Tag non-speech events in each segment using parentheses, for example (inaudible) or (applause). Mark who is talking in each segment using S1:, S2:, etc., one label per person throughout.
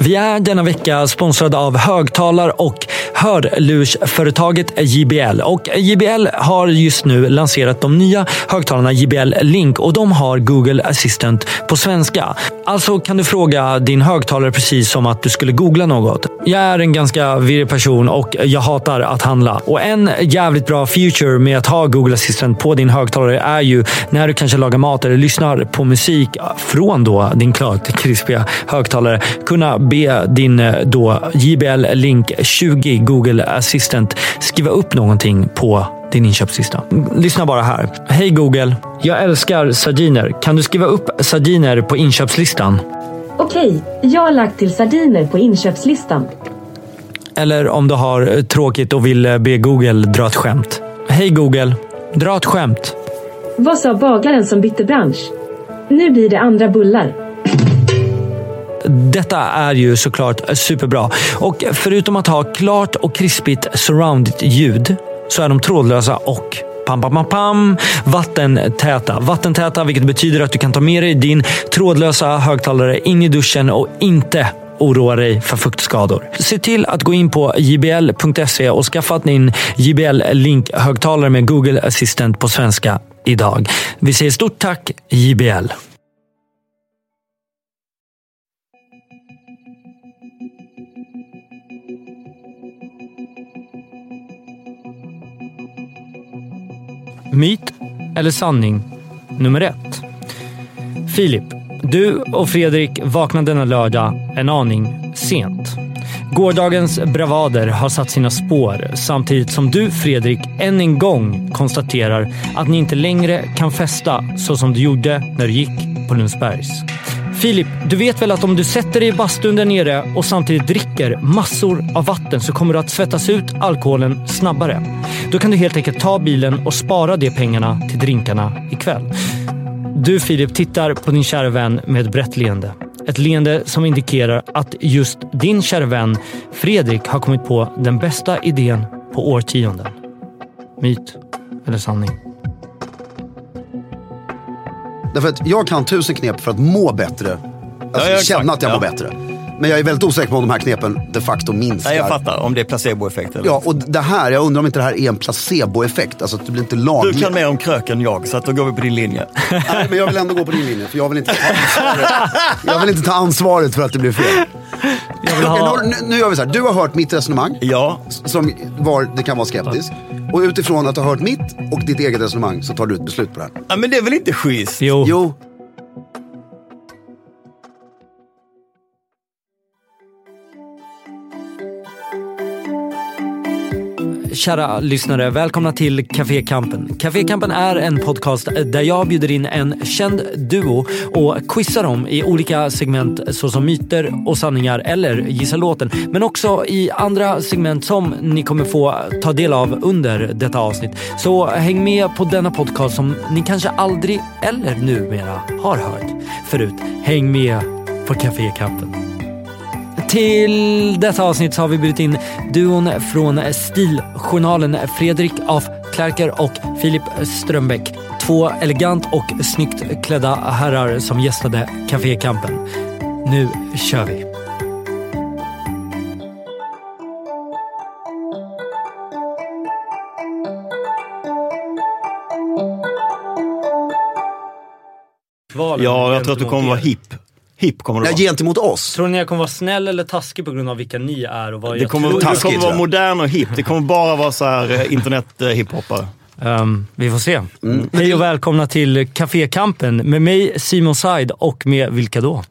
S1: Vi är denna vecka sponsrade av högtalar och hörlursföretaget JBL. Och JBL har just nu lanserat de nya högtalarna JBL Link och de har Google Assistant på svenska. Alltså kan du fråga din högtalare precis som att du skulle googla något. Jag är en ganska virrig person och jag hatar att handla. Och en jävligt bra feature med att ha Google Assistant på din högtalare är ju när du kanske lagar mat eller lyssnar på musik från då din klart krispiga högtalare kunna be din eh, då JBL Link 20 Google Assistant skriva upp någonting på din inköpslista. Lyssna bara här. Hej Google, jag älskar sardiner. Kan du skriva upp sardiner på inköpslistan?
S2: Okej, jag har lagt till sardiner på inköpslistan.
S1: Eller om du har eh, tråkigt och vill be Google dra ett skämt. Hej Google, dra ett skämt.
S2: Vad sa bagaren som bytte bransch? Nu blir det andra bullar.
S1: Detta är ju såklart superbra. Och förutom att ha klart och krispigt surround-ljud så är de trådlösa och pam, pam, pam, pam, vattentäta. Vattentäta vilket betyder att du kan ta med dig din trådlösa högtalare in i duschen och inte oroa dig för fuktskador. Se till att gå in på jbl.se och skaffa din JBL Link högtalare med Google Assistant på svenska idag. Vi säger stort tack JBL! Myt eller sanning nummer ett. Filip, du och Fredrik vaknade denna lördag en aning sent. Gårdagens bravader har satt sina spår samtidigt som du Fredrik än en gång konstaterar att ni inte längre kan festa så som du gjorde när du gick på Lundsbergs. Filip, du vet väl att om du sätter dig i bastun där nere och samtidigt dricker massor av vatten så kommer du att svettas ut alkoholen snabbare. Då kan du helt enkelt ta bilen och spara de pengarna till drinkarna ikväll. Du Filip tittar på din kära vän med ett brett leende. Ett leende som indikerar att just din kära vän Fredrik har kommit på den bästa idén på årtionden. Myt eller sanning?
S3: Därför att jag kan tusen knep för att må bättre. Alltså
S4: Ja, ja,
S3: känna
S4: exakt,
S3: att jag mår
S4: ja.
S3: bättre. Men jag är väldigt osäker på om de här knepen de facto minskar.
S4: Nej, jag fattar om det är placeboeffekt eller
S3: Ja, och det här, jag undrar om inte det här är en placeboeffekt. Alltså att det blir inte
S4: Du
S3: lagligt.
S4: kan mer om krök än jag, så att då går vi på din linje.
S3: Nej, men jag vill ändå gå på din linje, för jag vill inte ta ansvaret, jag vill inte ta ansvaret för att det blir fel.
S1: Jag vill
S3: Okej,
S1: ha...
S3: nu, nu gör vi så här. Du har hört mitt resonemang,
S4: Ja,
S3: s- som var, det kan vara skeptisk. Och utifrån att du har hört mitt och ditt eget resonemang så tar du ett beslut på det här.
S4: Ja, men det är väl inte schysst?
S1: Jo.
S3: Jo,
S1: Kära lyssnare, välkomna till Café Kampen. Café Kampen är en podcast där jag bjuder in en känd duo och quizar dem i olika segment såsom myter och sanningar eller gissa låten. Men också i andra segment som ni kommer få ta del av under detta avsnitt. Så häng med på denna podcast som ni kanske aldrig eller numera har hört förut. Häng med på Café Kampen. Till detta avsnitt så har vi bjudit in duon från Stiljournalen Fredrik af Klerker och Filip Strömbäck. Två elegant och snyggt klädda herrar som gästade Café Kampen. Nu kör vi!
S4: Ja, jag tror att du kommer vara hipp. Hipp kommer du
S3: ja,
S4: vara.
S3: gentemot oss.
S1: Tror ni jag kommer vara snäll eller taskig på grund av vilka ni är och vad
S4: Det
S1: jag
S4: kommer,
S1: tror?
S4: du
S3: taskigt,
S4: kommer
S3: tror
S4: vara
S3: jag.
S4: modern och hipp. Det kommer bara vara så här eh, internet eh, hiphoppare.
S1: Ehm, vi får se.
S4: Mm.
S1: Hej och välkomna till Cafékampen med mig Simon Said och med vilka då?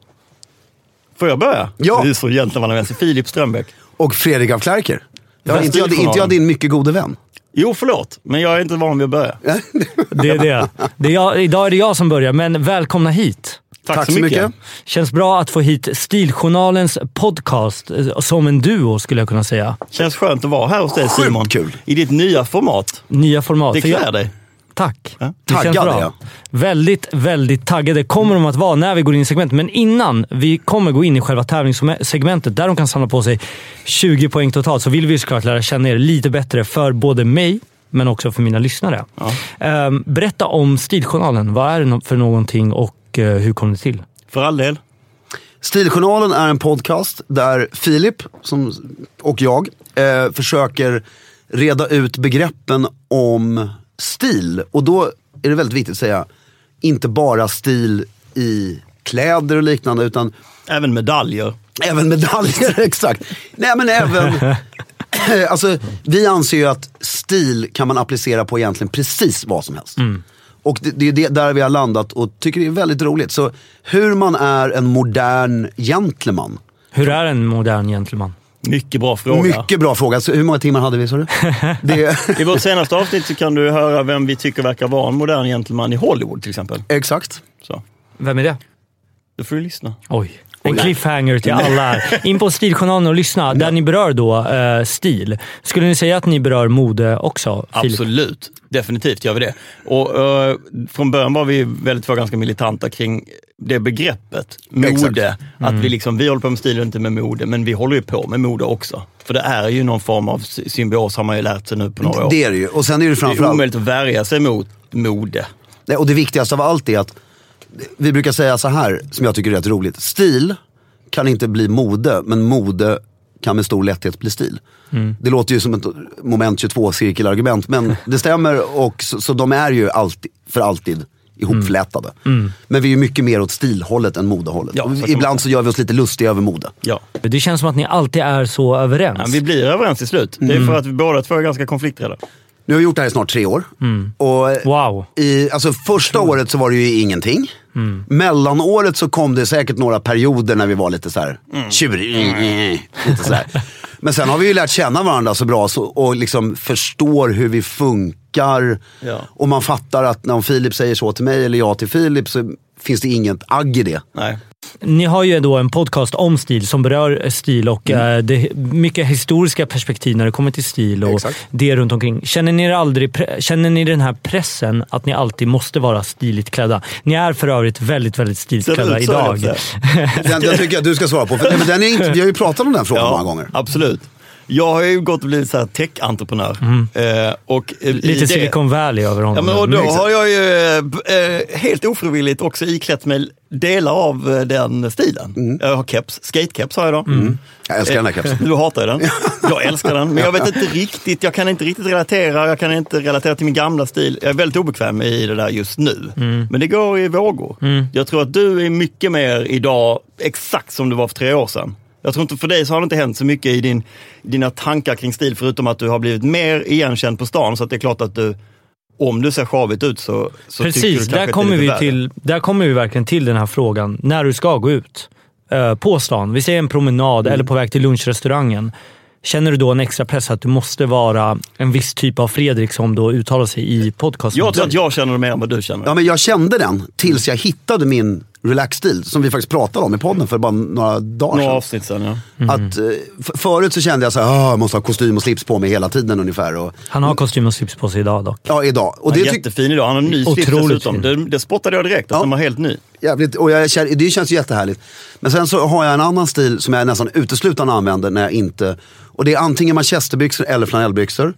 S4: Får jag börja?
S3: Ja.
S4: Du är så gentlemannamässig. Filip Strömbäck.
S3: Och Fredrik af Klerker. Ja,
S4: Vad
S3: inte,
S4: styr
S3: jag,
S4: för
S3: inte jag
S4: honom?
S3: din mycket gode vän.
S4: Jo, förlåt. Men jag är inte van vid att börja. Tack,
S1: Det är det. det är jag, idag är det jag som börjar, men välkomna hit.
S3: så mycket.
S1: Känns bra att få hit Stiljournalens podcast eh, som en duo skulle jag kunna säga.
S4: Känns skönt att vara här hos dig
S3: Sjukt
S4: Simon.
S3: kul.
S4: I ditt nya format.
S1: Nya format.
S4: Det
S1: För jag-
S4: klär dig.
S1: Tack.
S4: Ja.
S1: Det känns
S3: Taggad
S1: bra.
S3: är jag.
S1: Väldigt, väldigt taggade kommer de att vara när vi går in i segmentet. Men innan vi kommer gå in i själva tävlingssegmentet där de kan samla på sig 20 poäng totalt så vill vi ju såklart lära känna er lite bättre för både mig men också för mina lyssnare. Ehm, berätta om Stiljournalen. Vad är det no- för någonting och eh, hur kom det till?
S4: För all del.
S3: Stiljournalen är en podcast där Filip som, och jag eh, försöker reda ut begreppen om stil. Och då är det väldigt viktigt att säga, inte bara stil i kläder och liknande, utan
S4: Även medaljer.
S3: Även medaljer, (laughs) exakt. Nej men (laughs) även... alltså, vi anser ju att stil kan man applicera på egentligen precis vad som helst. Och det, det är det där vi har landat och tycker det är väldigt roligt. Så hur man är en modern gentleman.
S1: Hur är en modern gentleman?
S4: Mycket bra fråga.
S3: Mycket bra fråga. Så hur många timmar hade (laughs) vi sa du? Det,
S4: I vårt senaste avsnitt så kan du höra vem vi tycker verkar vara en modern gentleman i Hollywood till exempel.
S3: (laughs) exakt.
S4: Så,
S1: Vem är det?
S4: då får du lyssna.
S1: Oj. En cliffhanger till alla.
S4: (laughs)
S1: här. In på Stiljournalen och lyssna, där ni berör då eh, stil. Skulle ni säga att ni berör mode också, Filip?
S4: Absolut, definitivt gör vi det. Och, eh, från början var vi väldigt två ganska militanta kring det begreppet, mode.
S3: Exakt. Mm.
S4: Att vi, liksom, vi håller på med stil och inte med mode, men vi håller ju på med mode också. För det är ju någon form av sy- symbios har man ju lärt sig nu på några år.
S3: Det är det ju. Och sen är det
S4: det är
S3: framförallt...
S4: omöjligt att värja sig mot mode.
S3: Nej, och det viktigaste av allt är att vi brukar säga så här, som jag tycker är rätt roligt. Stil kan inte bli mode, men mode kan med stor lätthet bli stil. Det låter ju som ett moment 22-cirkelargument, men det stämmer. Och så, så de är ju alltid, för alltid ihopflätade. Men vi är ju mycket mer åt stilhållet än modehållet.
S4: Ja,
S3: Och
S4: så kan man
S3: Ibland så gör vi oss lite lustiga över mode.
S4: Ja.
S1: Det känns som att ni alltid är så överens.
S4: Ja, vi blir överens till slut. Det
S3: Mm.
S4: är för att vi båda två är ganska konflikträdda.
S3: Nu har vi gjort det här i snart tre år. Och
S1: Wow.
S3: I, alltså första året så var det ju ingenting.
S4: Mm.
S3: Mellanåret så kom det säkert några perioder när vi var lite så här
S4: Mm.
S3: tjuriga. Lite så här. Men sen har vi ju lärt känna varandra så bra så, och liksom förstår hur vi funkar.
S4: Ja.
S3: Och man fattar att när Filip säger så till mig eller jag till Filip så finns det inget agg i det.
S4: Nej.
S1: Ni har ju då en podcast om stil som berör stil och
S4: Mm.
S1: eh, det, mycket historiska perspektiv när det kommer till stil och
S3: Exakt.
S1: det runt omkring. Känner ni, er aldrig, pre- känner ni den här pressen att ni alltid måste vara stiligt klädda? Ni är för övrigt väldigt, väldigt stiligt
S4: Ser det
S1: klädda
S4: ut så, höll jag på
S1: idag.
S4: att säga.
S3: Den, den tycker jag att du ska svara på. För, nej, men den är inte, vi har ju pratat om den frågan många gånger.
S4: Absolut. Jag har ju gått och blivit så här tech-entreprenör. Eh, och eh,
S1: (laughs)
S4: i
S1: Lite
S4: det-
S1: Silicon Valley över
S4: Ja,
S1: honom.
S4: men och då
S1: Mm.
S4: har jag ju eh, b- eh, helt ofrivilligt också iklätt mig delar av eh, den stilen.
S3: Mm.
S4: Jag har keps, skatekeps har jag då.
S3: Jag älskar den här kepsen.
S4: Du hatar ju den. Jag älskar den. Men jag vet inte riktigt, jag kan inte riktigt relatera. Jag kan inte relatera till min gamla stil. Jag är väldigt obekväm i det där just nu.
S1: Mm.
S4: Men det går i vågor. Jag tror att du är mycket mer idag, exakt som du var för tre år sedan. Jag tror inte för dig så har det inte hänt så mycket i din, dina tankar kring stil förutom att du har blivit mer igenkänd på stan. Så att det är klart att du, om du ser sjavigt ut så, så tycker du
S1: Precis,
S4: kanske att
S1: där
S4: det är
S1: kommer,
S4: lite
S1: vi
S4: värre.
S1: till, där kommer vi verkligen till den här frågan. När du ska gå ut eh, på stan, vi säger en promenad eller
S4: Mm.
S1: på väg till lunchrestaurangen. Känner du då en extra press att du måste vara en viss typ av Fredrik som då uttalar sig i podcasten?
S4: Jag tror att jag känner det mer än vad du känner.
S3: Ja, men jag kände den tills jag hittade min relax-stil som vi faktiskt pratade om i podden för bara några dagar
S4: Några
S3: sedan.
S4: avsnitt sen ja.
S3: Att, eh, f- förut så kände jag så här, "Ah, jag måste ha kostym och slips på mig hela tiden ungefär. Och,
S1: Han har kostym och slips på sig idag dock.
S3: ja, idag. Och det
S4: han är
S3: tyck-
S4: jättefin idag. Han har en ny slips
S1: Otroligt fin.
S4: dessutom. Det, det spottade jag direkt, att
S3: Ja.
S4: den var helt ny.
S3: jävligt, och jag, känner- det känns ju jättehärligt. Men sen så har jag en annan stil som jag nästan uteslutande använder när jag inte... Och det är antingen manchesterbyxor eller flanellbyxor.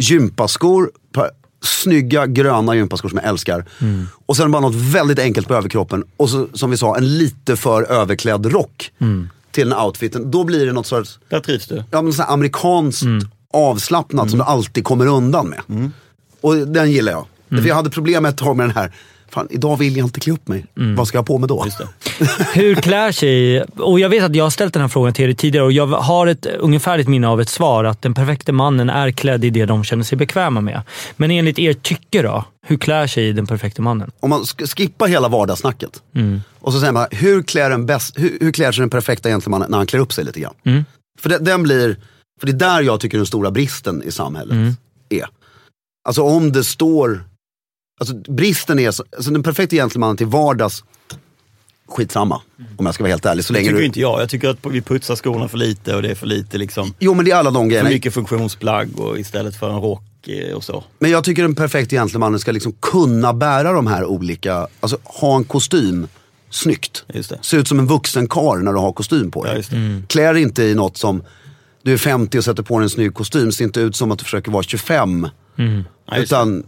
S3: Gympaskor, par, snygga gröna gympaskor som jag älskar. Och sen bara något väldigt enkelt på överkroppen. Och så, som vi sa, en lite för överklädd rock till den outfiten. Då blir det något sorts...
S4: Där trivs du.
S3: ja, men så här amerikanskt avslappnat som du alltid kommer undan med. Och den gillar jag. För jag hade problem ett tag med den här, fan idag vill jag inte klä upp mig. Vad ska jag ha på mig då?
S1: Hur klär sig... Och jag vet att jag har ställt den här frågan till er tidigare och jag har ett ungefärligt minne av ett svar att den perfekta mannen är klädd i det de känner sig bekväma med. Men enligt er tycke då, hur klär sig den perfekta mannen?
S3: Om man sk- skippar hela vardagssnacket. Och så säger man, hur klär, den bäst, hur, hur klär sig den perfekta gentlemannen när han klär upp sig lite grann? För, det, den blir, för det är där jag tycker den stora bristen i samhället är. Alltså om det står, alltså bristen är, så- alltså den perfekta gentlemannen till vardags, skitsamma. Om jag ska vara helt ärlig. Så
S4: Det
S3: länge
S4: tycker
S3: du,
S4: inte jag. Jag tycker att vi putsar skorna för lite och det är för lite liksom,
S3: Jo men det är alla de
S4: för
S3: grejerna.
S4: mycket funktionsplagg och istället för en rock eh, och så.
S3: Men jag tycker en perfekt gentlemannen ska liksom kunna bära de här olika, alltså ha en kostym snyggt.
S4: Just det.
S3: Se ut som en vuxen karl när du har kostym på dig.
S4: Ja, just det. Mm.
S3: Klär dig inte i något som, du är 50 och sätter på dig en snygg kostym, ser inte ut som att du försöker vara 25.
S4: Mm. Ja, just
S3: utan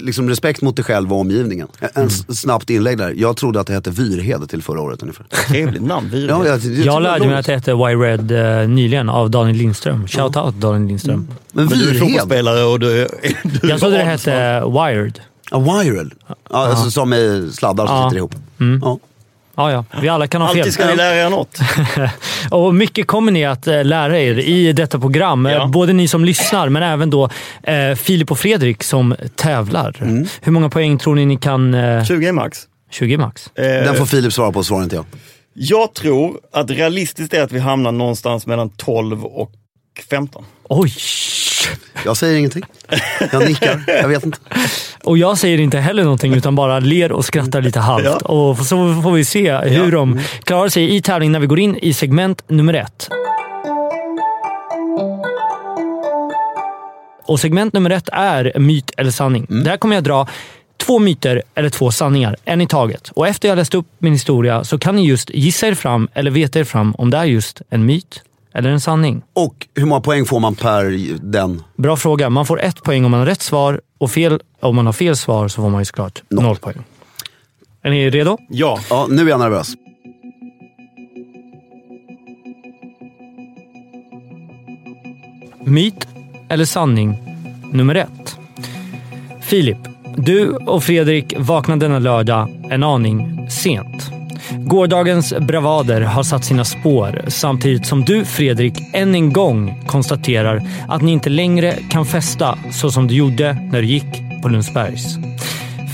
S3: liksom respekt mot dig själv och omgivningen. En mm. snabbt inlägg där. Jag trodde att det hette Vyrhede till förra året ungefär.
S4: Trevligt namn, vi
S3: (laughs) Ja, jag, jag,
S1: Jag lärde mig att det hette Why Red eh, nyligen av Daniel Lindström. Shout out
S4: Mm.
S1: Daniel Lindström.
S3: Men
S4: Men du är (laughs)
S3: Vyrhed?
S4: fotbollsspelare och du, du
S1: Jag trodde det
S4: är barn,
S1: hette Wired.
S3: Ja, viral. Ja, Alltså, som är sladdar som
S1: Ja. Mm.
S3: sitter ihop. Ja.
S1: Ja, ja. Vi alla kan
S4: så
S1: ha fel.
S4: Alltid ska ni lära
S1: (laughs)
S4: er något.
S1: Och mycket kommer ni att eh, lära er i detta program. Eh,
S4: Ja.
S1: Både ni som lyssnar, men även då eh, Filip och Fredrik som tävlar.
S4: Mm.
S1: Hur många poäng tror ni ni kan? Eh,
S4: 20 är max.
S1: 20 max.
S4: Eh.
S3: Den får Filip svara på, svarar inte jag.
S4: Jag tror att realistiskt är att vi hamnar någonstans mellan 12 och 15.
S1: Oj!
S3: Jag säger ingenting. Jag nickar. Jag vet inte.
S1: Och jag säger inte heller någonting utan bara ler och skrattar lite halvt.
S4: Ja.
S1: Och så får vi se hur
S4: Ja. Mm.
S1: de klarar sig i tävlingen när vi går in i segment nummer ett. Och segment nummer ett är myt eller sanning.
S4: Mm.
S1: Där kommer jag dra två myter eller två sanningar, en i taget. Och efter jag läst upp min historia så kan ni just gissa er fram eller veta er fram om det är just en myt eller en sanning.
S3: Och hur många poäng får man per den?
S1: Bra fråga. Man får ett poäng om man har rätt svar och fel, om man har fel svar så får man ju såklart noll poäng. Är ni redo?
S4: Ja.
S3: Ja, nu är jag nervös.
S1: Myt eller sanning nummer ett. Filip, du och Fredrik vaknade denna lördag en aning sent. Gårdagens bravader har satt sina spår samtidigt som du, Fredrik, än en gång konstaterar att ni inte längre kan festa så som du gjorde när du gick på Lundsbergs.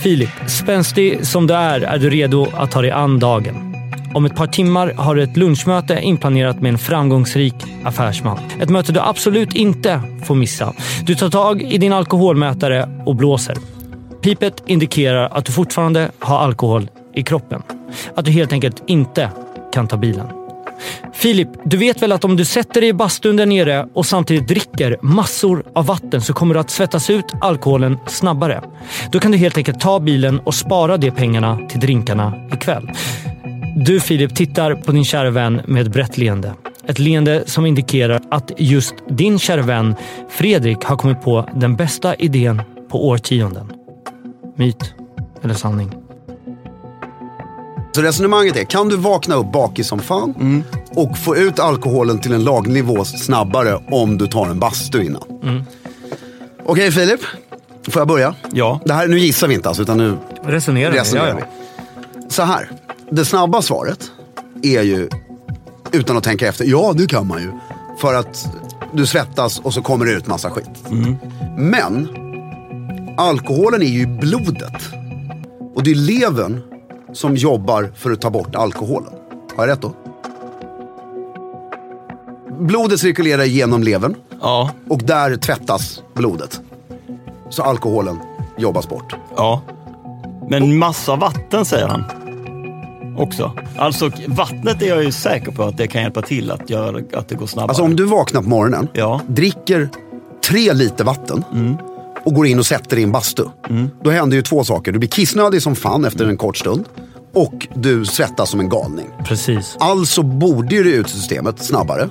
S1: Filip, spänstig som du är, är du redo att ta dig an dagen. Om ett par timmar har du ett lunchmöte inplanerat med en framgångsrik affärsman. Ett möte du absolut inte får missa. Du tar tag i din alkoholmätare och blåser. Pipet indikerar att du fortfarande har alkohol i kroppen. Att du helt enkelt inte kan ta bilen. Filip, du vet väl att om du sätter dig i bastun där nere och samtidigt dricker massor av vatten så kommer du att svettas ut alkoholen snabbare. Då kan du helt enkelt ta bilen och spara de pengarna till drinkarna ikväll. Du Filip tittar på din kära vän med ett brett leende. Ett leende som indikerar att just din kära vän Fredrik har kommit på den bästa idén på årtionden. Myt eller sanning?
S3: Så resonemanget är, kan du vakna upp bakis som fan och få ut alkoholen till en lagnivå snabbare om du tar en bastu innan? Okej Filip, får jag börja?
S4: Ja.
S3: Det här, nu gissar vi inte alltså, utan nu
S1: Resonerar vi,
S3: resonerar vi. alltså- Så här, det snabba svaret är ju, utan att tänka efter, ja det kan man ju. För att du svettas och så kommer det ut massa skit. Men, alkoholen är ju i blodet. Och det är levern som jobbar för att ta bort alkoholen. Har jag rätt då? Blodet cirkulerar genom levern
S4: Ja.
S3: och där tvättas blodet. Så alkoholen jobbas bort.
S4: Ja. Men massa vatten säger han. Också. Alltså vattnet är jag ju säker på att det kan hjälpa till att göra att det går snabbare.
S3: Alltså om du vaknar på morgonen,
S4: Ja.
S3: dricker tre liter vatten och går in och sätter dig i en bastu. Då händer ju två saker. Du blir kissnödig som fan efter en kort stund och du svettas som en galning.
S1: Precis.
S3: Alltså borde ju det ut ur systemet snabbare.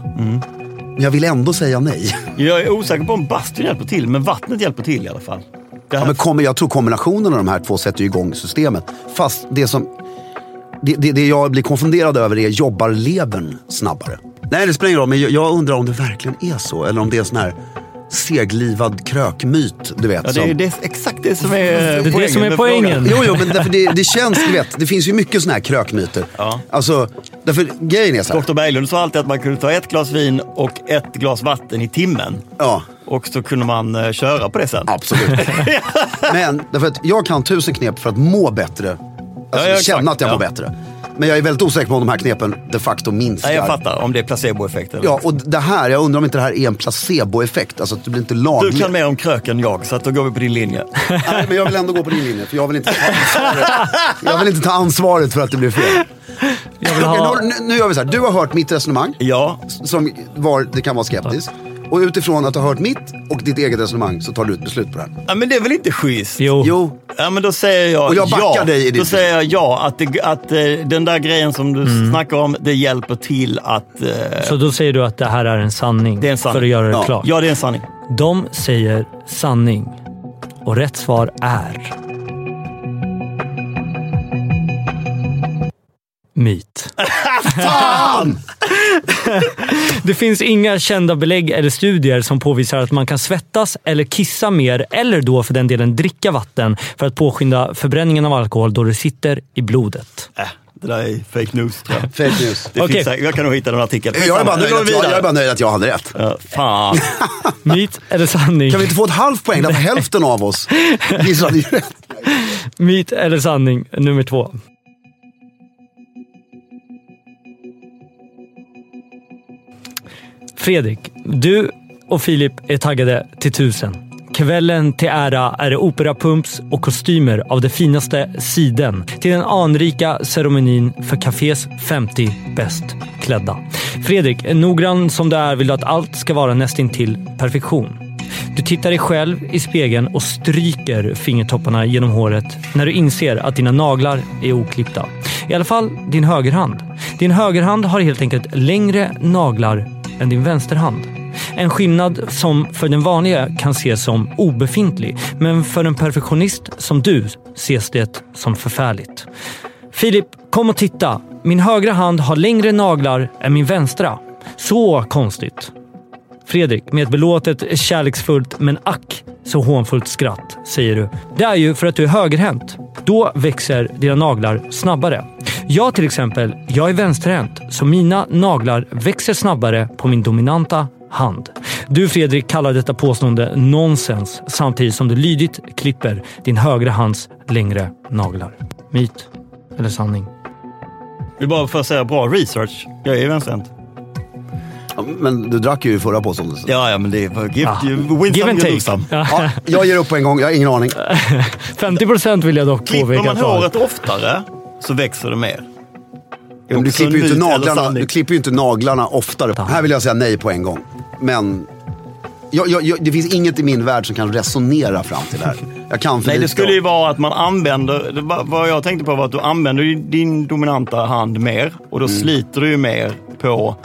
S3: Men jag vill ändå säga nej.
S4: Jag är osäker på om bastun hjälper till, men vattnet hjälper till i alla fall. Det
S3: Ja,
S4: här
S3: men kommer, jag tror kombinationen av de här två sätter ju igång systemet. Fast det som det, det, det jag blir konfunderad över är, jobbar levern snabbare? Nej, det spelar ingen roll, men jag, jag undrar om det verkligen är så. Eller om det är en sån här seglivad krökmyt, du vet.
S4: ja, det
S3: som-
S4: är det, är exakt det som är Det
S1: det som är poängen.
S3: Jo, jo, men därför det, det känns, du vet, det finns ju mycket såna här krökmyter.
S4: Ja.
S3: Alltså, därför grejen är så här.
S4: Dr Berglund sa alltid att man kunde ta ett glas vin och ett glas vatten i timmen.
S3: Ja,
S4: Och så kunde man eh, köra på det sen.
S3: absolut. (laughs) men därför att jag kan tusen knep för att må bättre. Alltså
S4: Ja, ja,
S3: känna
S4: exakt,
S3: att jag mår
S4: ja.
S3: bättre. Men jag är väldigt osäker på om de här knepen de facto minskar.
S4: Nej, jag fattar om det är placeboeffekt. eller-
S3: Ja, och det här, jag undrar om inte det här är en placeboeffekt. Alltså att du blir inte laglig.
S4: Du kan mer om krök än jag, så att då går vi på din linje.
S3: Nej, men jag vill ändå gå på din linje, för jag vill inte ta ansvaret, jag vill inte ta ansvaret för att det blev fel.
S1: Jag vill
S3: Okej,
S1: ha...
S3: nu, nu- nu gör vi så här. Du har hört mitt resonemang.
S4: Ja,
S3: som var, det kan vara skeptisk. Och utifrån att ha hört mitt och ditt eget resonemang så tar du ett beslut på det här.
S4: ja, men det är väl inte schysst?
S1: Jo.
S3: Jo,
S4: Ja, men då säger jag
S3: Och jag backar
S4: ja.
S3: dig i ditt
S4: Då säger jag ja, att, det, att eh, den där grejen som du
S1: Mm.
S4: snackar om, det hjälper till att... eh,
S1: Så då säger du att det här är en sanning?
S4: Det är en sanning.
S1: För att göra det
S3: Ja.
S1: klart?
S4: Ja, det är en sanning.
S1: De säger sanning. Och rätt svar är... Myt.
S3: Fan!
S1: (laughs) Det finns inga kända belägg eller studier som påvisar att man kan svettas eller kissa mer, eller då för den delen dricka vatten, för att påskynda förbränningen av alkohol då det sitter i blodet.
S4: Äh, det där är fake news tror jag.
S3: Fake news.
S4: Det
S1: Okej.
S4: finns, säkert- jag kan nog hitta någon artikel.
S3: Jag är, bara nöjd
S4: Nu går
S3: att
S4: vi
S3: jag,
S4: vidare.
S3: jag är bara nöjd att jag hade rätt.
S4: Ja, fan.
S1: Myt eller sanning?
S3: Kan vi inte få ett halvt poäng? Därför hälften av
S4: (laughs)
S3: oss gissade ju rätt.
S1: Myt eller sanning nummer två. Fredrik, du och Filip är taggade till tusen. Kvällen till ära är det operapumps och kostymer av det finaste siden till den anrika ceremonin för cafés 50 bäst klädda. Fredrik, noggrann som du är vill du att allt ska vara nästintill perfektion. Du tittar dig själv i spegeln och stryker fingertopparna genom håret när du inser att dina naglar är oklippta. I alla fall din högerhand. Din högerhand har helt enkelt längre naglar än din vänsterhand. En skillnad som för den vanliga kan ses som obefintlig, men för en perfektionist som du ses det som förfärligt. Filip, kom och titta. Min högra hand har längre naglar än min vänstra. Så konstigt. Fredrik, med ett belåtet, kärleksfullt men ack så hånfullt skratt, säger du. Det är ju för att du är högerhänt. Då växer dina naglar snabbare. Jag till exempel, jag är vänsterhänt, så mina naglar växer snabbare på min dominanta hand. Du Fredrik kallar detta påstående nonsens samtidigt som du lydigt klipper din högra hands längre naglar. Myt eller sanning?
S4: (laughs) Vi bara får säga bra research. Jag är vänsterhänt.
S3: Ja, Men du drack ju i förra påståendet. så-
S4: Ja, ja, men det är... Give,
S1: Ah.
S4: you, win
S1: Give
S4: some,
S1: and
S4: you
S1: take.
S4: lose some.
S3: Ja, jag ger upp på en gång, jag har ingen aning.
S1: 50 procent vill jag dock
S4: Klipper
S1: påpeka.
S4: man
S1: att jag har.
S4: håret oftare så växer det mer.
S3: Men du
S4: Också
S3: klipper, ju
S4: en
S3: inte
S4: myt eller
S3: naglarna,
S4: sanning.
S3: du klipper ju inte naglarna oftare. Här vill jag säga nej på en gång. Men jag, jag, jag, det finns inget i min värld som kan resonera fram till det här. Jag kan för
S4: Nej, det
S3: lite
S4: skulle ju
S3: om-
S4: vara att man använder... det var- Vad jag tänkte på var att du använder ju din dominanta hand mer och
S3: Mm.
S4: då sliter du ju mer på,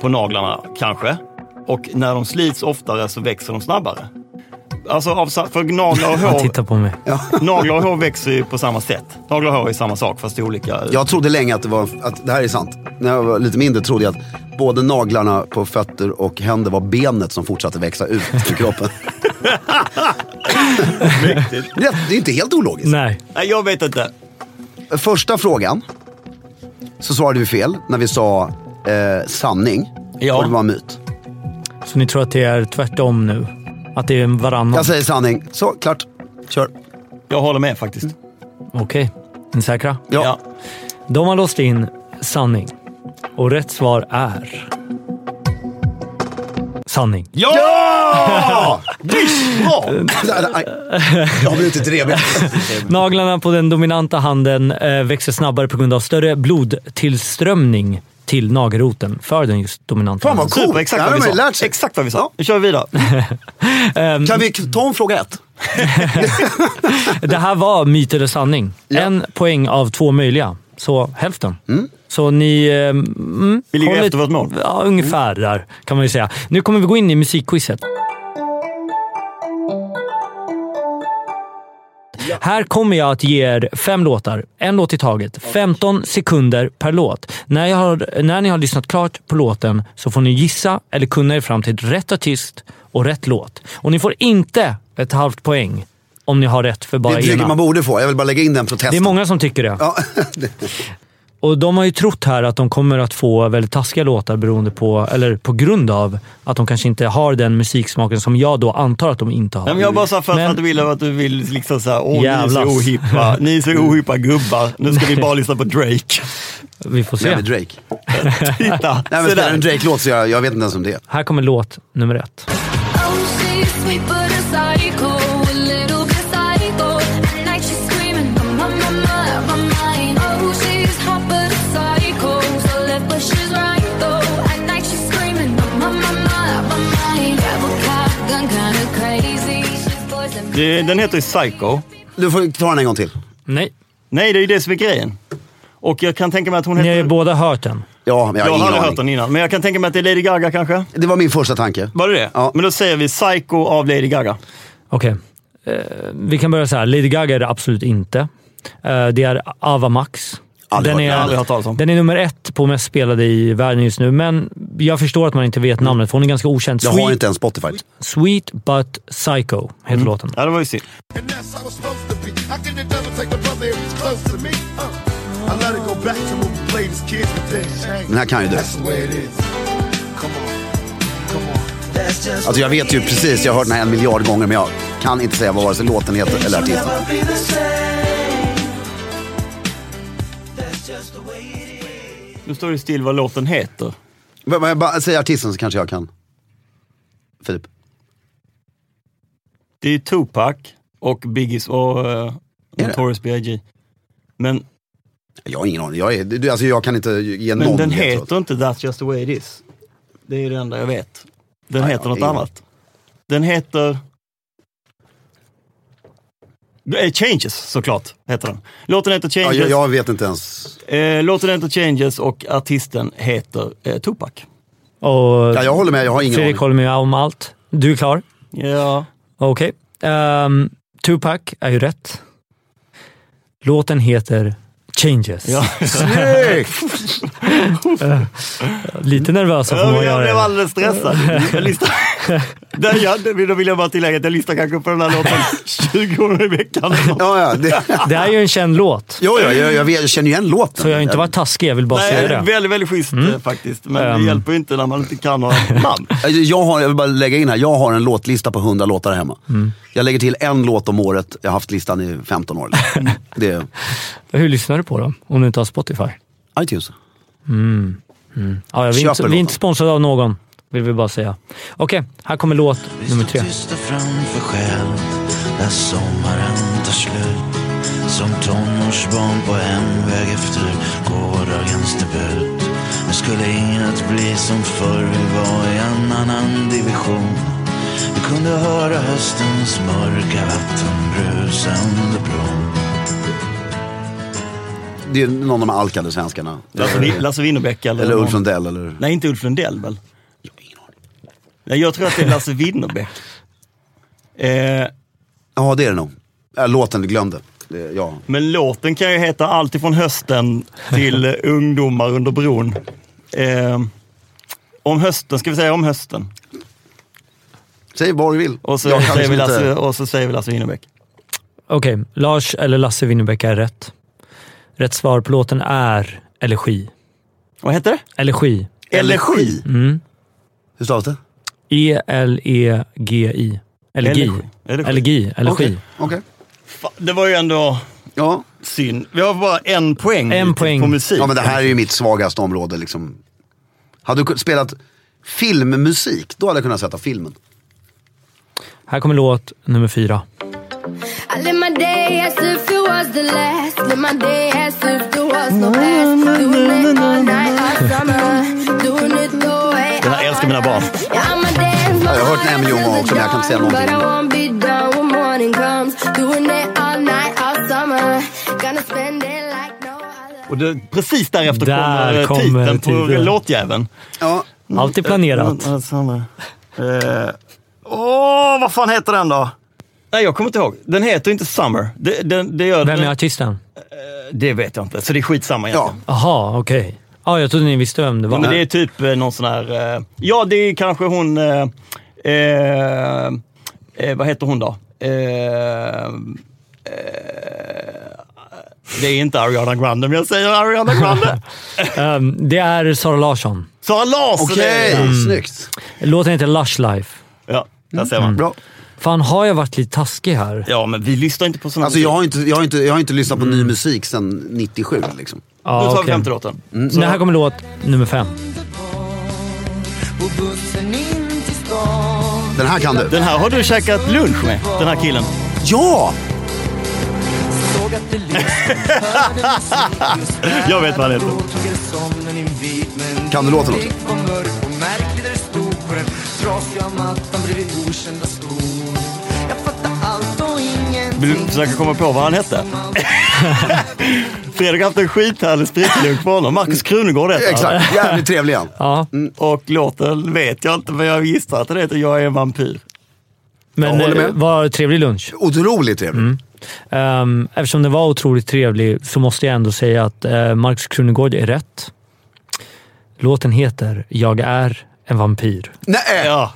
S4: på naglarna kanske. Och när de slits oftare så växer de snabbare. Alltså av, sa- för naglar
S3: (laughs)
S4: och
S1: Han
S4: hår,
S1: tittar på mig.
S4: (laughs) naglar och hår växer ju på samma sätt. Naglar och hår är samma sak fast i olika...
S3: Jag trodde länge att det, var, att det här är sant. När jag var lite mindre trodde jag att både naglarna på fötter och händer var benet som fortsatte växa ut ur kroppen. det är inte helt ologiskt.
S1: Nej.
S4: Nej, jag vet inte.
S3: Första frågan så svarade vi fel när vi sa eh, sanning
S4: Ja.
S3: och det var myt.
S1: Så ni tror att det är tvärtom nu? Att det är varannan?
S3: Jag säger sanning. Så, klart. Kör.
S4: Jag håller med faktiskt.
S1: Okej, är ni säkra?
S3: Ja.
S1: De har låst in sanning. Och rätt svar är... Sanning.
S4: Ja!
S3: Ja!
S4: Bra!
S3: Aj, Jag Ah, har brutit revbenet.
S1: Naglarna på den dominanta handen eh, växer snabbare på grund av större blodtillströmning till nagelroten för den just dominanta
S3: Fan vad
S1: handen.
S3: coolt.
S4: Super, exakt,
S3: Det här
S4: vad
S3: har man
S4: vi sa.
S3: lärt sig.
S4: exakt vad vi sa.
S3: Ja.
S4: Nu kör vi vidare.
S3: Kan vi ta om fråga ett?
S1: Det här var myt eller sanning. En poäng av två möjliga. Så hälften.
S3: Mm.
S1: Så ni... eh, Mm,
S4: Vi ligger
S1: håller-
S4: efter vårt mål.
S1: Ja, ungefär där kan man ju säga. Nu kommer vi gå in i musikquizet. Här kommer jag att ge er fem låtar, en låt i taget, 15 sekunder per låt. När, jag har, när ni har lyssnat klart på låten så får ni gissa eller kunna er fram till rätt artist och rätt låt. Och ni får inte ett halvt poäng om ni har rätt för
S3: Det
S1: bara
S3: tycker man
S1: ena.
S3: borde få. Jag vill bara lägga in den
S1: Det är
S3: protesten.
S1: många som tycker det.
S3: Ja.
S1: Och de har ju trott här att de kommer att få väldigt taskiga låtar beroende på, eller på grund av, att de kanske inte har den musiksmaken som jag då antar att de inte har.
S4: Nej, men jag bara sa för
S1: Men-
S4: att du ville att du vill liksom såhär, åh ni är så
S1: Jävlas. Mm.
S4: ohippa, ni är så ohippa gubbar, nu ska vi
S1: (laughs)
S4: bara lyssna på Drake.
S1: Vi får
S3: Nej,
S1: se.
S3: men Drake.
S4: Titta,
S3: Nej, men
S4: se
S3: spelar en
S4: där.
S3: Drake-låt så jag, jag vet inte ens om det är.
S1: Här kommer låt nummer ett.
S5: Oh, she's sweet but a psycho, a little bit psycho. At night she's screaming, I'm on my mind, out my mind. Oh, she's hot but a psycho, so left but she's right though. At night she's screaming, I'm on my mind, out my mind. Grab a cop gun, kinda crazy. She's poison.
S4: Det- Den heter ju Psycho.
S3: Du får ta den en gång till.
S1: Nej,
S4: Nej, det är ju det som är grejen. Och jag kan tänka mig att hon
S1: ni har
S4: heter...
S1: ju båda hört den.
S3: Ja, men jag har
S4: jag har
S3: ingen
S4: aldrig
S3: aning.
S4: hört den innan, men jag kan tänka mig att det är Lady Gaga kanske?
S3: Det var min första tanke.
S4: Var det det?
S3: Ja.
S4: Men då säger vi Psycho av Lady Gaga.
S1: Okej. eh, vi kan börja så här. Lady Gaga är det absolut inte. Eh, det är Ava Max.
S3: Aldrig hört-
S1: är,
S4: aldrig hört talas om.
S1: den är nummer ett på mest spelade i världen just nu, men jag förstår att man inte vet namnet för hon är ganska okänd.
S3: Jag har
S1: Sweet,
S3: inte Mm. ens Spotify.
S1: Sweet But Psycho heter låten.
S4: Ja, det var ju synd.
S6: And that's how it's supposed to be. How can the devil take the brother if he's close to me? Uh, I let it go back to when we played as kids with that shame.
S3: Den här kan ju du.
S6: That's the way it is. Come on, come on.
S3: Alltså jag vet ju precis, jag har hört den här en miljard gånger men jag kan inte säga vad vare sig låten heter eller artisten.
S4: Nu står det still vad låten heter.
S3: Men- men jag bara- Säg artisten så kanske jag kan. Filip.
S4: Det är ju Tupac och Biggies och uh,
S3: det?
S4: Notorious B.I.G. Men,
S3: Jag har ingen aning. Jag, är, du, alltså jag kan inte ge någon
S4: men den
S3: ledtråd.
S4: heter inte That's just the way it is. Det är det enda jag vet. Den
S3: Nej,
S4: heter
S3: ja,
S4: något
S3: ingen.
S4: annat. Den heter... Eh, Changes såklart, heter den. Låten heter
S3: ja,
S4: Changes.
S3: jag, jag vet inte ens.
S4: Eh, låten heter Changes och artisten heter eh, Tupac.
S1: Och
S3: Ja, jag håller med, jag har ingen
S1: Fredrik
S3: aning.
S1: håller med om allt. Du är klar?
S4: Ja.
S1: Okej. Ehm, Tupac är ju rätt. Låten heter Changes. (laughs) Eh,
S4: ja.
S3: Snyggt!
S1: Lite nervös får man
S4: jag
S1: göra.
S4: blev
S1: det.
S4: alldeles stressad. Jag listar...
S1: (laughs)
S4: Där, ja, det- då vill jag bara tillägga att jag lyssnar kanske på den här
S3: (laughs)
S4: låten 20 gånger i veckan.
S3: Ja, ja, det, (laughs)
S1: Det är ju en känd låt,
S3: ja, ja jag, jag, vet, jag känner ju igen låten.
S1: så jag har inte varit taskig. Jag vill bara
S4: Nej,
S1: säga det.
S4: väldigt, väldigt schysst eh, faktiskt. Men
S1: Ehm.
S4: det hjälper ju inte när man inte kan några namn.
S3: Alltså, Jag, har, jag vill bara lägga in här, jag har en låtlista på 100 låtar hemma.
S4: Mm.
S3: Jag lägger till en låt om året, jag har haft listan i 15 år. liksom.
S4: Mm.
S3: Det är
S1: Hur lyssnar du på dem om du inte har Spotify?
S3: iTunes.
S1: Ja, vi, är
S3: Köper
S1: inte, vi är
S3: låten.
S1: inte sponsrade av någon, vill vi bara säga. Okej, här kommer låt nummer tre.
S7: Vi står tysta framför skälet när sommaren tar slut. Som tonårsbarn på hemväg efter gårdagens debut. Nu skulle inget bli som förr, vi var i en annan division. Vi kunde höra höstens mörka vattenbrus under bron.
S3: Det är någon av de alkade svenskarna.
S4: Lasse, Vi- Lasse Winnerbäck eller...
S3: Eller
S4: någon-
S3: Ulf Lundell eller...
S4: Nej, inte Ulf Lundell väl? Nej, jag tror att det är Lasse (laughs) Winnerbäck. Eh,
S3: Ja, det är det nog. Äh, låten du glömde. Det, ja.
S4: Men låten kan ju heta allt ifrån hösten till eh, (laughs) ungdomar under bron. Eh, om hösten, ska vi säga om hösten?
S3: Säg vad du vill.
S4: Och så,
S3: Jag kan
S4: säger, vi
S3: liksom inte-
S4: Lasse, och så säger vi Lasse Winnerbäck.
S1: Okej, Lars eller Lasse Winnerbäck är rätt. Rätt svar på låten är Elegi.
S4: Vad heter det?
S1: Elegi.
S3: Elegi. Hur stavas det?
S1: E E-L-E-G-I. Elegi.
S4: Elegi. Elegi.
S1: Elegi. Elegi.
S4: Okej.
S3: Okej.
S4: Fan, Det var ju ändå
S3: Ja.
S4: synd. Vi har bara en poäng,
S1: En
S4: hittills
S1: poäng.
S4: på musik.
S3: ja, men det här är ju mitt svagaste område liksom. Hade du kun- spelat filmmusik, då hade jag kunnat sätta filmen.
S1: Här kommer låt nummer fyra.
S5: I live my day as if it was the last. Live my day as if there was no past. Doing it all night, all summer. Doing it the way
S4: Den här
S5: I
S4: älskar mina barn.
S5: Yeah, I'ma dance my
S3: Ja, jag har hört den en miljon
S5: heart
S3: gånger
S5: till
S3: också, men jag kan inte säga
S5: the dawn.
S3: någonting.
S5: But I won't be done when morning comes. Doing it all night, all summer. Gonna spend it like no other.
S4: Och det, precis därefter
S1: Där
S4: kommer, eh,
S1: kommer
S4: titeln på
S1: titeln.
S4: låtjäveln.
S3: Ja.
S1: Allt är planerat.
S4: Mm, alltså, nej. Eh, Åh, vad fan heter den då? Nej, jag kommer inte ihåg. Den heter inte Summer. Det, den, det, gör,
S1: Vem är
S4: den,
S1: artisten?
S4: det vet jag inte, så det är skitsamma egentligen.
S3: ja.
S1: Aha, okej. Ja, jag trodde ni visste vem det var.
S4: Ja, men det är typ eh, någon sån här... Eh, ja, det är kanske hon... Eh, eh, eh, vad heter hon då? Eh, eh, det är inte Ariana Grande, men jag säger
S1: (laughs)
S4: Ariana Grande.
S1: Ehm, det är Sara Larsson.
S4: Sara Larsson
S3: Okej,
S4: är det.
S3: snyggt.
S1: Låten heter Lush Life.
S4: Ja, där ser
S1: Mm.
S4: man.
S3: Bra.
S1: Fan, har jag varit lite taskig här?
S4: Ja, men vi lyssnar inte på såna
S3: Alltså jag har inte, jag har inte, jag har inte lyssnat på
S4: Mm.
S3: ny musik sedan 97 liksom.
S1: Ja,
S4: Nu tar vi
S1: okej.
S4: femte låten.
S1: Så här kommer låt nummer fem.
S3: Den här kan du.
S4: Den här har du käkat lunch med, den här killen.
S3: Ja!
S4: Jag vet vad han heter.
S3: Kan du låten också?
S4: Vill du försöka komma på vad han hette? Fredrik har haft en skithärlig spritlunch på honom. Markus Krunegård heter han.
S3: Exakt, jävligt trevlig han.
S1: Ja,
S4: Mm. Och låten vet jag inte, men jag gissar att den heter Jag är en vampyr.
S1: Men
S3: Jag håller
S1: eh,
S3: med.
S1: var trevlig lunch.
S3: Otroligt trevligt.
S4: Mm.
S1: Ehm, eftersom den var otroligt trevlig så måste jag ändå säga att eh, Markus Krunegård är rätt. Låten heter Jag är en vampyr.
S3: Nej, äh,
S4: Ja.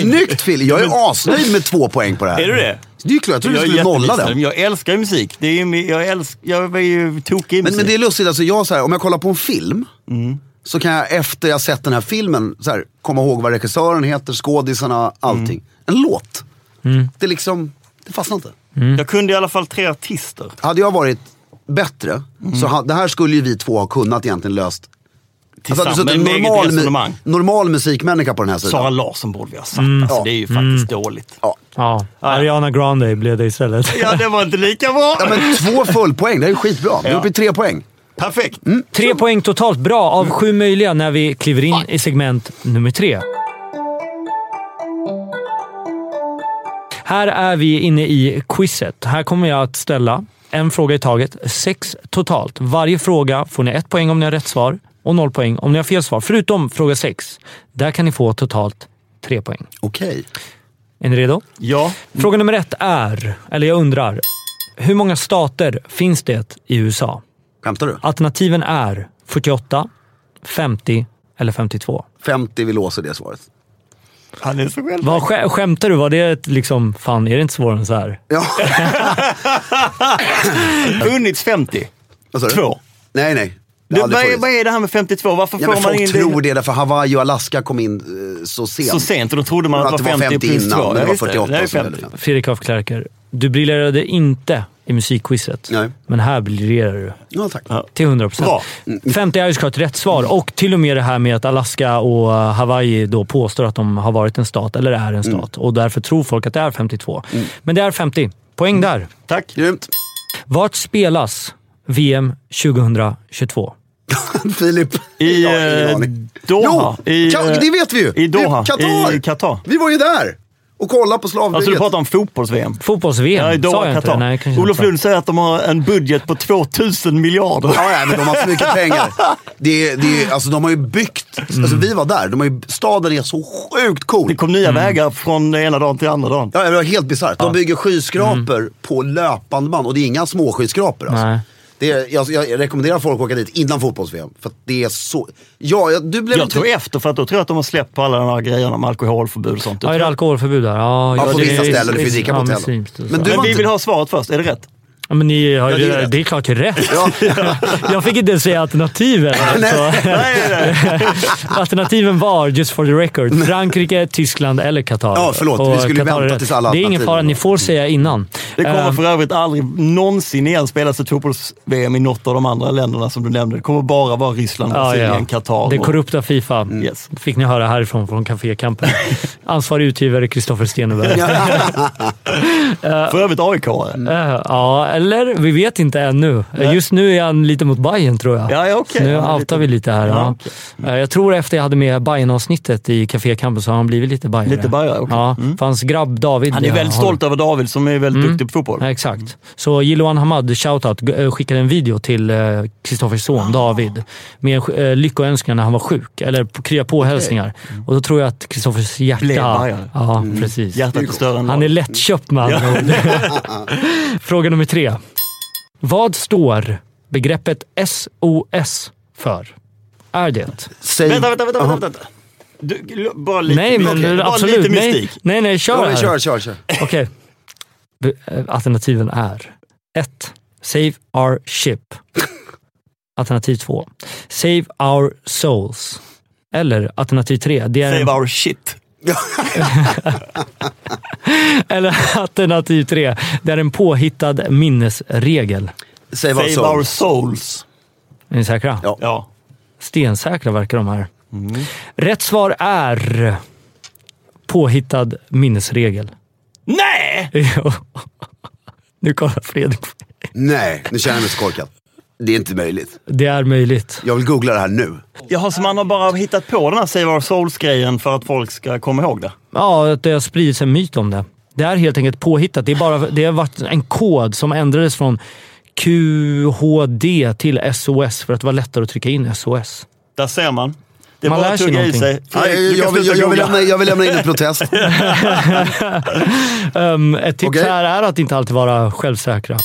S3: Snyggt Fille! Jag är asnöjd med två poäng på det här.
S4: Är du det?
S3: Det är ju klart, jag trodde du
S4: är
S3: skulle nolla
S4: jätteledsen.
S3: den.
S4: Jag älskar ju musik. Det är ju, mi- jag, älsk, jag är ju tokig i
S3: Men,
S4: musik.
S3: men det är lustigt, alltså jag, så här, om jag kollar på en film
S4: Mm.
S3: så kan jag efter jag sett den här filmen så här, komma ihåg vad regissören heter, skådisarna, allting.
S4: Mm.
S3: En låt. Det är liksom, det Mm. fastnar inte.
S4: Jag kunde i alla fall tre artister.
S3: Hade jag varit bättre, så ha, det här skulle ju vi två ha kunnat egentligen löst. Alltså, hade
S4: Tillsammans
S3: det suttit en
S4: med eget
S3: normal,
S4: resonemang.
S3: mu- normal musikmänniska på den här sidan.
S4: Sara Larsson borde vi ha satt. Alltså,
S3: Ja.
S4: det är ju faktiskt dåligt.
S3: Ja.
S1: Ja, Ariana Grande blev det istället.
S4: Ja, det var inte lika bra.
S3: Ja, men två fullpoäng, det här är skitbra. Du är
S4: Ja.
S3: uppe i tre poäng.
S4: Perfekt.
S3: Mm.
S1: Tre poäng totalt. Bra av sju möjliga när vi kliver in i segment nummer tre. Här är vi inne i quizet. Här kommer jag att ställa en fråga i taget. Sex totalt. Varje fråga får ni ett poäng om ni har rätt svar och noll poäng om ni har fel svar. Förutom fråga sex. Där kan ni få totalt tre poäng.
S3: Okej.
S1: Är ni redo?
S4: Ja.
S1: Fråga nummer ett är, eller jag undrar, hur många stater finns det i USA?
S3: Skämtar du?
S1: Alternativen är 48, 50 eller 52.
S3: 50, vi låser det svaret.
S4: Han är så själv.
S1: Vad skä- skämtar du? Var det ett liksom, fan är det inte svårare än så här?
S4: (laughs)
S3: Ja.
S4: Funnits 50.
S3: Vad sa du?
S4: Två.
S3: Nej, nej. Det
S4: Du,
S3: har
S4: vad,
S3: aldrig
S4: är, vad
S3: funnits.
S4: är det här med 52? Varför
S3: Ja,
S4: får
S3: men
S4: man
S3: folk
S4: in
S3: tror
S4: det
S3: det därför Hawaii och Alaska kom in eh, så sent.
S4: så sent? Och då trodde man
S3: Men
S4: att det var 50, plus
S3: innan,
S4: 2.
S3: men det
S4: Ja,
S3: var
S4: just
S3: 48
S4: Det här är
S3: som gällde.
S4: 50.
S1: Fredrik af Klerker, du briljerade inte i musikquizet.
S3: Nej.
S1: Men här briljerar du.
S3: Ja, tack.
S4: Ja.
S1: Till 100 procent.
S4: Bra.
S1: 50 är ju såklart rätt svar. Och till och med det här med att Alaska och eh, Hawaii då påstår att de har varit en stat, eller är
S3: Mm.
S1: en stat. Och därför tror folk att det är 52. Men det är 50. Poäng där.
S4: Tack.
S3: Grymt. (laughs)
S1: Vart spelas VM 2022?
S3: Filip.
S4: I
S3: Jag har ingen
S4: eh,
S3: aning.
S4: Doha.
S3: Jo,
S4: I,
S3: Ka-
S4: eh,
S3: det vet vi ju.
S4: I Doha.
S3: I Qatar.
S4: I Qatar.
S3: Vi var ju där och kollade på
S4: Alltså du
S3: slavbygget.
S4: pratar om fotbolls-VM? Ja, i
S1: Fotbolls-VM? Sa
S4: Doha,
S1: jag inte
S4: Qatar.
S1: det? Nej, kanske inte
S4: Olof
S1: sa.
S4: Lund säger att de har en budget på 2000 miljarder.
S3: Ja, ja, men de har för mycket pengar. Det är, det är, alltså, de har ju byggt, alltså, vi var där, de har ju, staden är så sjukt cool.
S4: Mm. Det kom nya
S1: Mm.
S4: vägar från den ena dagen till andra dagen.
S3: Ja, det var helt bisarrt. De bygger skyskrapor
S4: Mm.
S3: på löpande band och det är inga små skyskrapor.
S1: Nej.
S3: Alltså. Det är, jag, jag rekommenderar folk att åka dit innan fotbolls-VM. För att det är så... Ja, jag, du blev
S4: Jag
S3: inte...
S4: tror efter, för att då tror jag att de har släppt på alla de här grejerna med alkoholförbud och sånt.
S1: Ja, är det alkoholförbud där? Ja,
S3: Ja, på
S1: det
S3: vissa
S1: är-
S3: ställen. Det finns lika
S1: ja,
S3: på hotell.
S1: muslimskt och så.
S3: Men du-
S4: Men
S3: var
S4: vi
S3: inte-
S4: vill ha svaret först. Är det rätt?
S1: ja, men ni har,
S3: Ja,
S1: det,
S3: det är
S1: är
S3: rätt.
S1: det är klart det är rätt.
S3: Ja,
S1: (laughs) Jag fick inte ens säga
S3: (laughs)
S1: alternativen. Så
S4: Nej, nej, nej.
S1: alternativen var, just for the record, Frankrike, Tyskland eller Qatar.
S3: Ja, förlåt.
S1: Och
S3: Vi skulle ju
S1: Qatar är
S3: vänta
S1: rätt.
S3: tills alla
S1: Det är ingen
S3: alternativen
S1: fara.
S3: var.
S1: Ni får säga innan.
S4: Det kommer
S1: Eh,
S4: för övrigt aldrig någonsin igen spelas ett fotbolls-VM i något av de andra länderna som du nämnde. Det kommer bara vara Ryssland,
S1: ja,
S4: Brasilien,
S1: Ah, ja.
S4: Qatar.
S1: Det
S4: och-
S1: korrupta Fifa
S3: Mm.
S4: Yes.
S1: fick ni höra härifrån från Café Campen.
S3: (laughs)
S1: Ansvarig utgivare Kristoffer Stenberg.
S4: För övrigt AIK.
S1: Eh, Ja, eller vi vet inte ännu. Eh, Just nu är han lite mot Bayern tror jag.
S4: Ja, ja, okej.
S1: Så Nu
S4: Ja, lite-
S1: outar vi lite här. Ja.
S4: Ja, Mm.
S1: Eh, Jag tror efter jag hade med bayern avsnittet i Café Campus så har han blivit lite Bajare.
S4: Lite Bajare, okej. Mm.
S1: Ja, för hans grabb David.
S4: Han är
S1: eh,
S4: väldigt
S1: har- Mm.
S4: stolt över David som är väldigt duktig på fotboll.
S1: Ja, exakt. Så Jiloan Hamad, shoutout, g- eh, skickade en video till eh, Kristoffers
S4: Ah.
S1: son David med en sk- eh, lyckoönskningar när han var sjuk, eller på- krya påhälsningar. Och då tror jag att Kristoffers hjärta...
S4: Blev Bajare.
S1: Ja, precis.
S4: Hjärtat är större än
S1: Han är lättköpt man. (laughs) Fråga nummer tre. Vad står begreppet SOS för? Är det?
S3: säg...
S4: Vänta, vänta, vänta. vänta, vänta. Du, l- bara lite,
S1: nej, men
S4: okej, bara
S1: absolut.
S4: lite
S1: nej,
S4: mystik.
S1: nej, nej, kör
S3: Ja,
S1: här.
S3: men kör, kör, kör.
S1: Okej. B- eh, Alternativen är 1. Save our ship. Alternativ 2. Save our souls. Eller alternativ 3. Det är
S4: Save our shit.
S1: (laughs) eller alternativ 3. Det är en påhittad minnesregel.
S3: Save, our
S4: Save
S3: soul.
S4: our souls.
S1: Är ni säkra?
S3: Ja.
S4: Ja.
S1: Stensäkra verkar de här. Rätt svar är påhittad minnesregel.
S4: Nej!
S1: Jo. nu kollar Fredrik.
S3: Nej, nu känner jag mig så korkad. Det är inte möjligt.
S1: Det är möjligt.
S3: Jag vill googla det här nu.
S4: Jaha, så man har bara hittat på den här Save our souls-grejen för att folk ska komma ihåg det?
S1: Ja, att det har spridits en myt om det. Det är helt enkelt påhittat. Det, är bara, det har varit en kod som ändrades från QHD till SOS för att det var lättare att trycka in SOS.
S4: Där ser man. Det är
S1: Man
S4: bara
S1: lär
S4: att
S1: sig
S4: tugga i
S1: någonting.
S4: sig.
S3: Nej,
S4: Fredrik, du
S3: jag,
S4: kan
S3: jag, vill,
S4: sluta
S3: jag, vill
S4: googla.
S3: lämna, jag vill lämna in en
S4: (laughs)
S3: protest.
S1: Ehm, ett tips
S3: Okej.
S1: här är att inte alltid vara självsäkra.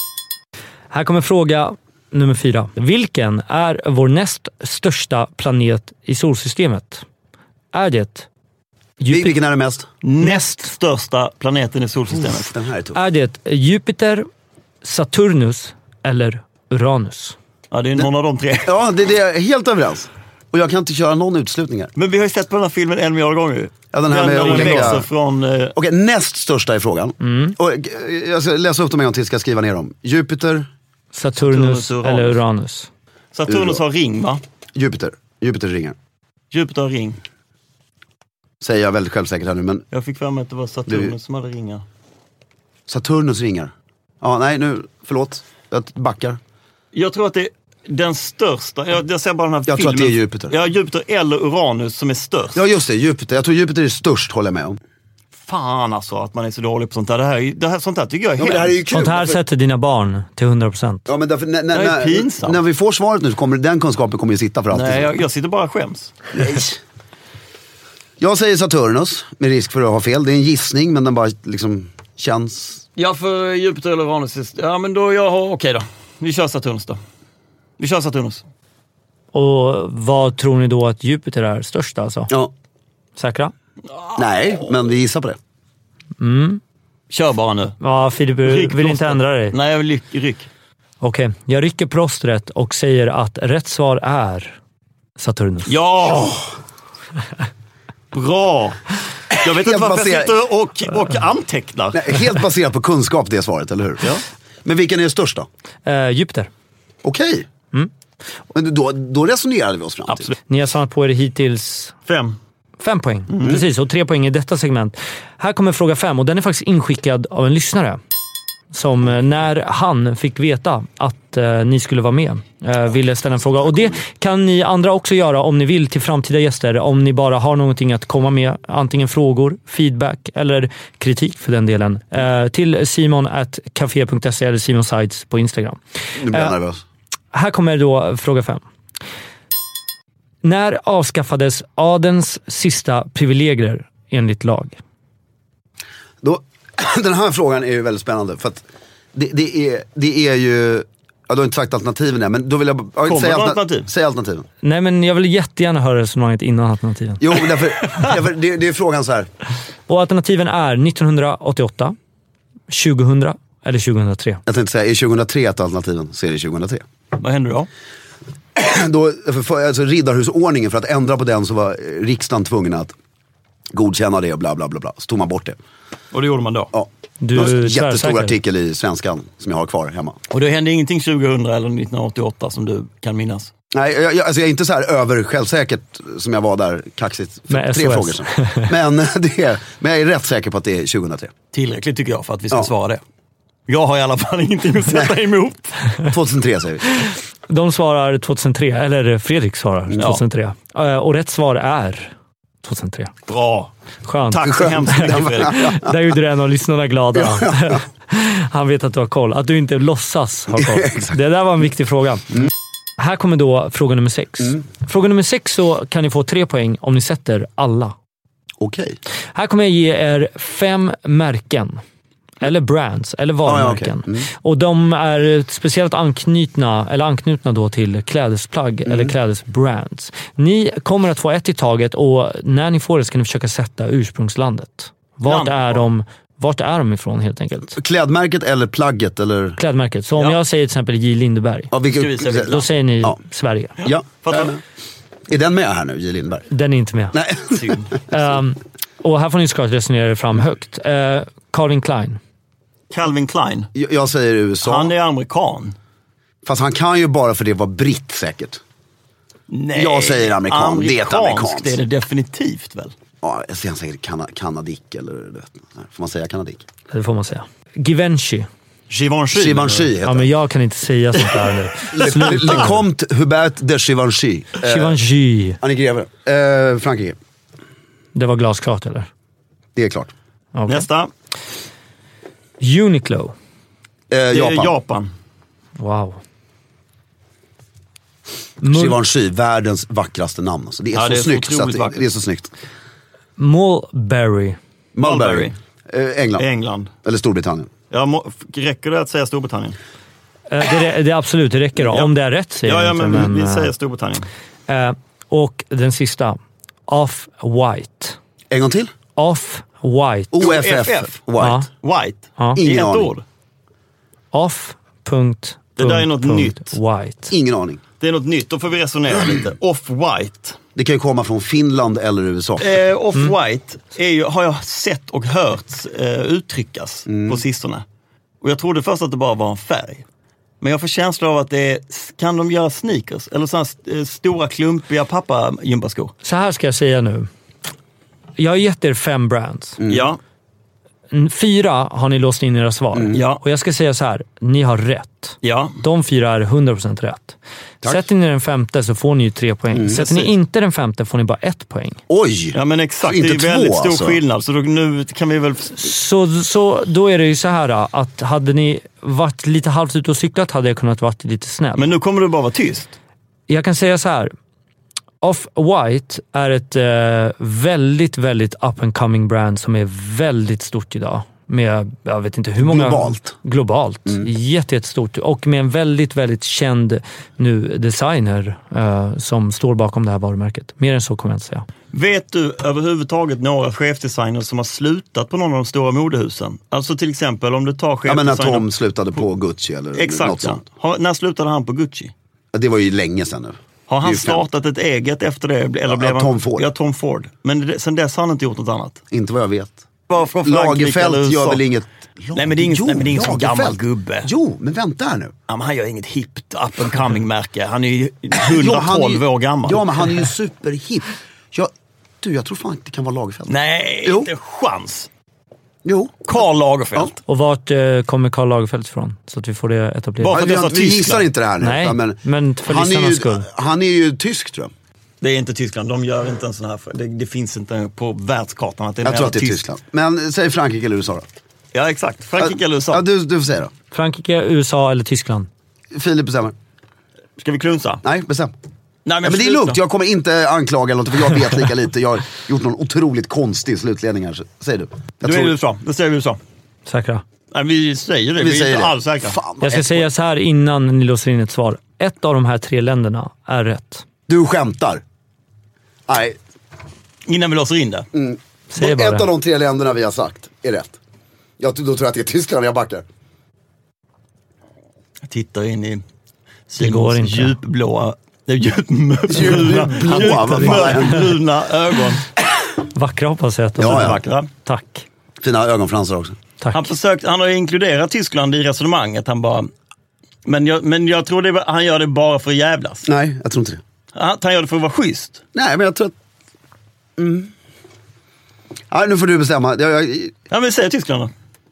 S1: Här kommer fråga nummer fyra. Vilken är vår näst största planet i solsystemet? Är det
S3: Vil-
S1: Jupiter?
S3: Vilken är det mest?
S4: Näst största planeten i solsystemet.
S3: Den här är tuff.
S1: Är det Jupiter, Saturnus eller Uranus?
S4: Ja, det är någon av de tre.
S3: Ja, det, det är jag helt överens. Och jag kan inte köra någon uteslutning här.
S4: Men vi har ju sett på den här filmen en miljard gånger.
S3: Ja, den här med
S4: när de
S3: olika-
S4: växer från... eh,
S3: Okej, näst största är frågan. Och, eh, jag ska läsa upp dem en gång till, ska jag skriva ner dem. Jupiter,
S1: Saturnus,
S4: Saturnus, Uranus.
S1: eller Uranus?
S4: Saturnus har ring, va?
S3: Jupiter. Jupiter ringer.
S4: Jupiter har ring.
S3: Säger jag väldigt självsäkert här nu, men
S4: Jag fick för mig att det var Saturnus som hade ringar.
S3: Saturnus ringer. Ja, nej nu, förlåt. Jag backar.
S4: Jag tror att det är den största. Jag, jag ser bara den här
S3: Jag tror
S4: filmen.
S3: att det är Jupiter.
S4: Ja, Jupiter eller Uranus som är störst.
S3: Ja, just det. Jupiter. Jag tror Jupiter är störst, håller jag med om.
S4: Fan alltså att man är så dålig på sånt där. Det här, är ju- det här, sånt här tycker jag är hemskt.
S1: Sånt här sätter dina barn till 100%.
S3: Ja, men därför, när, när,
S4: Det här
S3: när,
S4: är pinsamt.
S3: när vi får svaret nu så kommer den kunskapen kommer ju sitta för alltid.
S4: Nej, jag, jag sitter bara och skäms.
S3: Nej. Jag säger Saturnus, med risk för att ha fel. Det är en gissning, men den bara liksom känns...
S4: Ja, för Jupiter eller Uranus. är- Ja, men då jag har... Okej då. Vi kör Saturnus då. Vi kör Saturnus.
S1: Och vad tror ni då att Jupiter är störst alltså?
S3: Ja.
S1: Säkra?
S3: Nej, men vi gissar på det.
S4: Kör bara nu.
S1: Ja, Filip du
S4: Ryck
S1: vill inte
S4: plåster.
S1: ändra dig.
S4: Nej, jag vill lyck- ryck.
S1: Okej, jag rycker plåstret och säger att rätt svar är Saturnus.
S4: Ja! Bra! Jag vet inte
S3: Helt
S4: varför jag
S3: baserat.
S4: sitter och, och antecknar.
S3: Nej, helt baserat på kunskap det svaret, eller hur?
S4: Ja.
S3: Men vilken är störst då?
S1: Eh, Jupiter.
S3: Okej. Men då, då resonerade vi oss fram till.
S4: Absolut.
S1: Ni har samlat på er hittills
S4: Fem.
S1: fem poäng. Precis, och tre poäng i detta segment. Här kommer fråga fem och den är faktiskt inskickad av en lyssnare. Som eh, när han fick veta att eh, ni skulle vara med eh, ville ställa en fråga. Och det kan ni andra också göra om ni vill till framtida gäster. Om ni bara har någonting att komma med. Antingen frågor, feedback eller kritik för den delen. Eh, till simon.café.se eller simonsides på Instagram.
S3: Nu blir jag
S1: Eh,
S3: nervös.
S1: Här kommer då fråga fem. När avskaffades adens sista privilegier enligt lag?
S3: Då, (clears throat) den här frågan är ju väldigt spännande. För att det, det, är, det är ju... Ja, du har inte sagt alternativen än, men då vill jag... b- Ja,
S4: Kommer
S3: säg
S4: det
S3: alterna-
S4: alternativ?
S3: Säg alternativen.
S1: Nej, men jag vill jättegärna höra resonemanget innan alternativen.
S3: Jo, därför, (laughs) därför det, det är frågan så här.
S1: Och alternativen är 1988, 2000 eller 2003.
S3: Jag tänkte säga, är 2003 ett alternativen så är det 2003.
S4: Vad händer då?
S3: (clears throat) Då, för, för, alltså, riddarhusordningen, för att ändra på den så var eh, riksdagen tvungen att godkänna det och bla bla bla. bla. Så tog man bort det.
S4: Och det gjorde man då?
S3: Ja.
S1: Du
S3: det var
S1: är
S3: en jättestor
S1: tvärsäker.
S3: artikel i Svenskan som jag har kvar hemma.
S4: Och det hände ingenting 2000 eller 1988 som du kan minnas?
S3: Nej, jag, jag, alltså jag är inte så här över självsäkert som jag var där kaxigt för
S1: Med
S3: tre
S1: SOS.
S3: frågor sedan. Men, (laughs) det är, men jag är rätt säker på att det är 2003.
S4: Tillräckligt tycker jag för att vi ska
S3: Ja.
S4: svara det. Jag har i alla fall (laughs) ingenting att sätta emot.
S3: 2003 säger vi.
S1: De svarar 2003, eller Fredrik svarar 2003. Eh, Och rätt svar är 2003.
S4: Bra!
S1: Skönt.
S4: Tack så hemskt mycket Fredrik.
S1: (laughs) Där gjorde du en av lyssnarna glada. (laughs) Han vet att du har koll. Att du inte låtsas ha koll. det där var en viktig fråga. Här kommer då fråga nummer sex. Fråga nummer sex så kan ni få tre poäng om ni sätter alla.
S3: (laughs) Okej.
S1: Här kommer jag ge er fem märken. Eller brands, eller varumärken.
S3: okej. Mm.
S1: Och de är speciellt anknutna, eller anknutna då till klädesplagg
S3: Mm.
S1: eller klädesbrands. Ni kommer att få ett i taget och när ni får det ska ni försöka sätta ursprungslandet. Vart
S4: Land.
S1: är de, vart är de ifrån helt enkelt?
S3: Klädmärket eller plagget eller?
S1: Klädmärket. Så om
S4: Ja.
S1: jag säger till exempel J. Lindeberg,
S3: Ja, vilket,
S4: Ska vi se vilket
S1: då säger ni
S3: Ja.
S1: Sverige.
S3: ja.
S4: Fattar du?
S3: Är den med här nu, J Lindberg?
S1: Den är inte med.
S3: Nej.
S4: Synd.
S1: Ehm, och här får ni såklart resonera er fram högt. Eh, Calvin Klein.
S4: Calvin Klein.
S3: Jag (laughs) jag säger USA.
S4: Han är amerikan.
S3: Fast han kan ju bara för det vara britt säkert.
S4: Nej.
S3: Jag säger amerikan. Det är ett amerikanskt.
S4: Det är det definitivt väl?
S3: Ja, jag säger han säkert kana, kanadick eller du vet, så här. Får man säga kanadick?
S1: Det får man säga. Givenchy.
S4: Givenchy.
S3: Givenchy heter
S1: Ja,
S3: han.
S1: men jag kan inte säga sånt där
S4: (laughs)
S1: nu.
S3: Le, Le Comte Hubert de Givenchy. Eh,
S1: Givenchy.
S3: han är greve. Eh, Frankrike.
S1: Det var glasklart eller?
S3: Det är klart. Eh,
S1: Okej.
S4: Nästa.
S1: Uniqlo.
S3: Eh,
S4: Det är
S3: Japan.
S4: Japan.
S1: Wow.
S3: Givenchy, världens vackraste namn. Alltså. Det är
S4: Ja,
S3: så
S4: det är så
S3: snyggt. så
S4: otroligt
S3: att det-
S4: vackert.
S3: det är så snyggt.
S1: Mulberry.
S3: Mulberry. Eh, England.
S4: England.
S3: Eller Storbritannien.
S4: Ja, må, räcker det att säga Storbritannien?
S1: Eh, Det, det, det absolut, det räcker då.
S4: Ja.
S1: Om det är rätt säger
S4: Ja,
S1: jag
S4: ja
S1: inte,
S4: men, vi, vi
S1: eh,
S4: säger Storbritannien.
S1: eh, Och den sista. Off-white.
S3: En gång till.
S1: Off-white.
S4: Oh.
S3: OFF. White.
S1: Ja.
S4: White.
S1: Ja.
S4: I
S3: Ingen
S4: ett
S3: aning.
S4: ord.
S1: Off. Punkt,
S4: Det där är
S1: punkt,
S4: något
S1: punkt,
S4: nytt.
S1: White.
S3: Ingen aning.
S4: Det är något nytt, då får vi resonera
S3: (clears throat)
S4: lite. Off-white.
S3: Det kan ju komma från Finland eller USA.
S4: Eh,
S1: Mm.
S4: Off-white är ju, har jag sett och hört eh, uttryckas
S3: Mm.
S4: på sistone. Och jag trodde först att det bara var en färg. Men jag får känslan av att det är, kan de göra sneakers? Eller sådana eh, stora klumpiga pappa-gympaskor?
S1: Så här ska jag säga nu. Jag har gett er fem brands.
S4: Ja.
S1: Mm, Fyra har ni låst in era svar.
S4: Ja.
S1: Och jag ska säga så här. Ni har rätt.
S4: Ja.
S1: De fyra är 100% rätt. Sätter ni den femte så får ni ju tre poäng. Sätter ni inte den femte får ni bara ett poäng.
S3: Oj!
S4: Ja men exakt,
S3: Så
S4: det
S3: inte
S4: är väldigt
S3: två,
S4: stor
S3: alltså.
S4: skillnad. Så då, nu kan vi väl...
S1: Så, så då är det ju så här då, att hade ni varit lite halvt ute och cyklat hade jag kunnat varit lite snäll.
S4: Men nu kommer du bara vara tyst.
S1: jag kan säga så här. Off-White är ett eh, väldigt, väldigt up and coming brand som är väldigt stort idag. Med, jag vet inte hur många...
S3: Globalt. Mm.
S1: Globalt. Jätte, jättestort. Och med en väldigt, väldigt känd nu designer eh, som står bakom det här varumärket. Mer än så kommer jag inte säga.
S4: Vet du överhuvudtaget några chefdesigners som har slutat på någon av de stora modehusen? Alltså till exempel om du tar
S3: Ja, men när
S4: chefdesignern...
S3: Tom slutade på Gucci eller något
S4: Exakt ja.
S3: sånt.
S4: Har, när slutade han på Gucci?
S3: Ja, Det var ju länge sedan nu.
S4: Har
S3: Det är
S4: han
S3: ju fem.
S4: startat ett eget efter det? Eller
S3: Ja,
S4: blev han,
S3: Tom Ford.
S4: Ja, Tom Ford. Men det, sen dess har han inte gjort något annat.
S3: Inte vad jag vet.
S4: Bara från Frankrike eller
S3: Lagerfält gör
S4: USA.
S3: väl inget...
S4: Nej, men det är ingen-
S3: Jo,
S4: nej, men det är ingen sån gammal
S3: Lagerfeld.
S4: gubbe.
S3: Jo, men vänta här nu.
S4: Ja, men han gör inget hippt up and coming märke. Han är ju 112
S3: (laughs) Ja, han är ju-
S4: år gammal.
S3: Ja, men han är ju superhipp. Jag, du, jag tror fan inte det kan vara Lagerfeld.
S4: Nej,
S3: Jo.
S4: inte chans.
S3: Jo.
S4: Karl Lagerfeld.
S3: Ja.
S1: Och vart eh, kommer Karl Lagerfeld ifrån? Så att vi får det etablerat.
S3: Ja,
S4: Bara- för att
S3: vi,
S4: jag
S3: har,
S4: sa
S3: vi gissar
S4: Tyskland.
S3: inte det här nu.
S1: Nej,
S3: utan,
S1: men för
S3: han, är
S1: lyssnarnas
S3: ju,
S1: skull.
S3: han är ju tysk tror jag.
S4: Det är inte Tyskland. De gör inte en sån här. Det, det finns inte på världskartan att det är
S3: Jag
S4: mer
S3: tror att det är
S4: tyst.
S3: Tyskland. Men säg Frankrike eller USA då.
S4: Ja, exakt. Frankrike eller USA.
S3: Ja, du, du får säga då.
S1: Frankrike, USA eller Tyskland?
S3: Filip bestämmer.
S4: Ska vi klunsa?
S3: Nej, bestäm.
S4: Nej,
S3: Ja, men det är
S4: sluta.
S3: lugnt, jag kommer inte anklaga eller något för jag vet lika lite. Jag har gjort någon otroligt konstig slutledning här. så- Säg du. Jag
S4: Nu är det USA. Då säger vi USA.
S1: Säkra?
S4: Nej, vi säger det. Vi, är inte alls säkra.
S3: Fan,
S1: Jag ska
S3: ett-
S1: säga så här innan ni låser in ett svar. Ett av de här tre länderna är rätt.
S3: Du skämtar. Nej,
S4: Innan vi låser in det.
S3: Mm.
S1: Säg bara.
S3: ett av de tre länderna vi har sagt är rätt. Jag, då tror jag att det är Tyskland jag backar.
S4: Jag tittar in i
S1: går
S4: Simons
S1: inte.
S4: djupblåa, nej, djupbruna,
S3: (laughs) Djupblåa, vad fan händer?
S4: bruna ögon.
S1: Vackra hoppas jag att de
S3: Ja,
S1: är.
S3: ja.
S4: Vackra.
S1: Tack.
S3: Fina ögonfransar också.
S1: Tack.
S4: Han, försökt, han har ju inkluderat Tyskland i resonemanget. Han bara, men jag, men jag tror det, var- han gör det bara för att jävlas.
S3: Nej, jag tror inte det.
S4: Han, han gör det för att vara schysst.
S3: Nej, men jag tror att... Mm. Nej, nu får du bestämma. Jag, jag,
S4: Ja, men säg Tyskland då.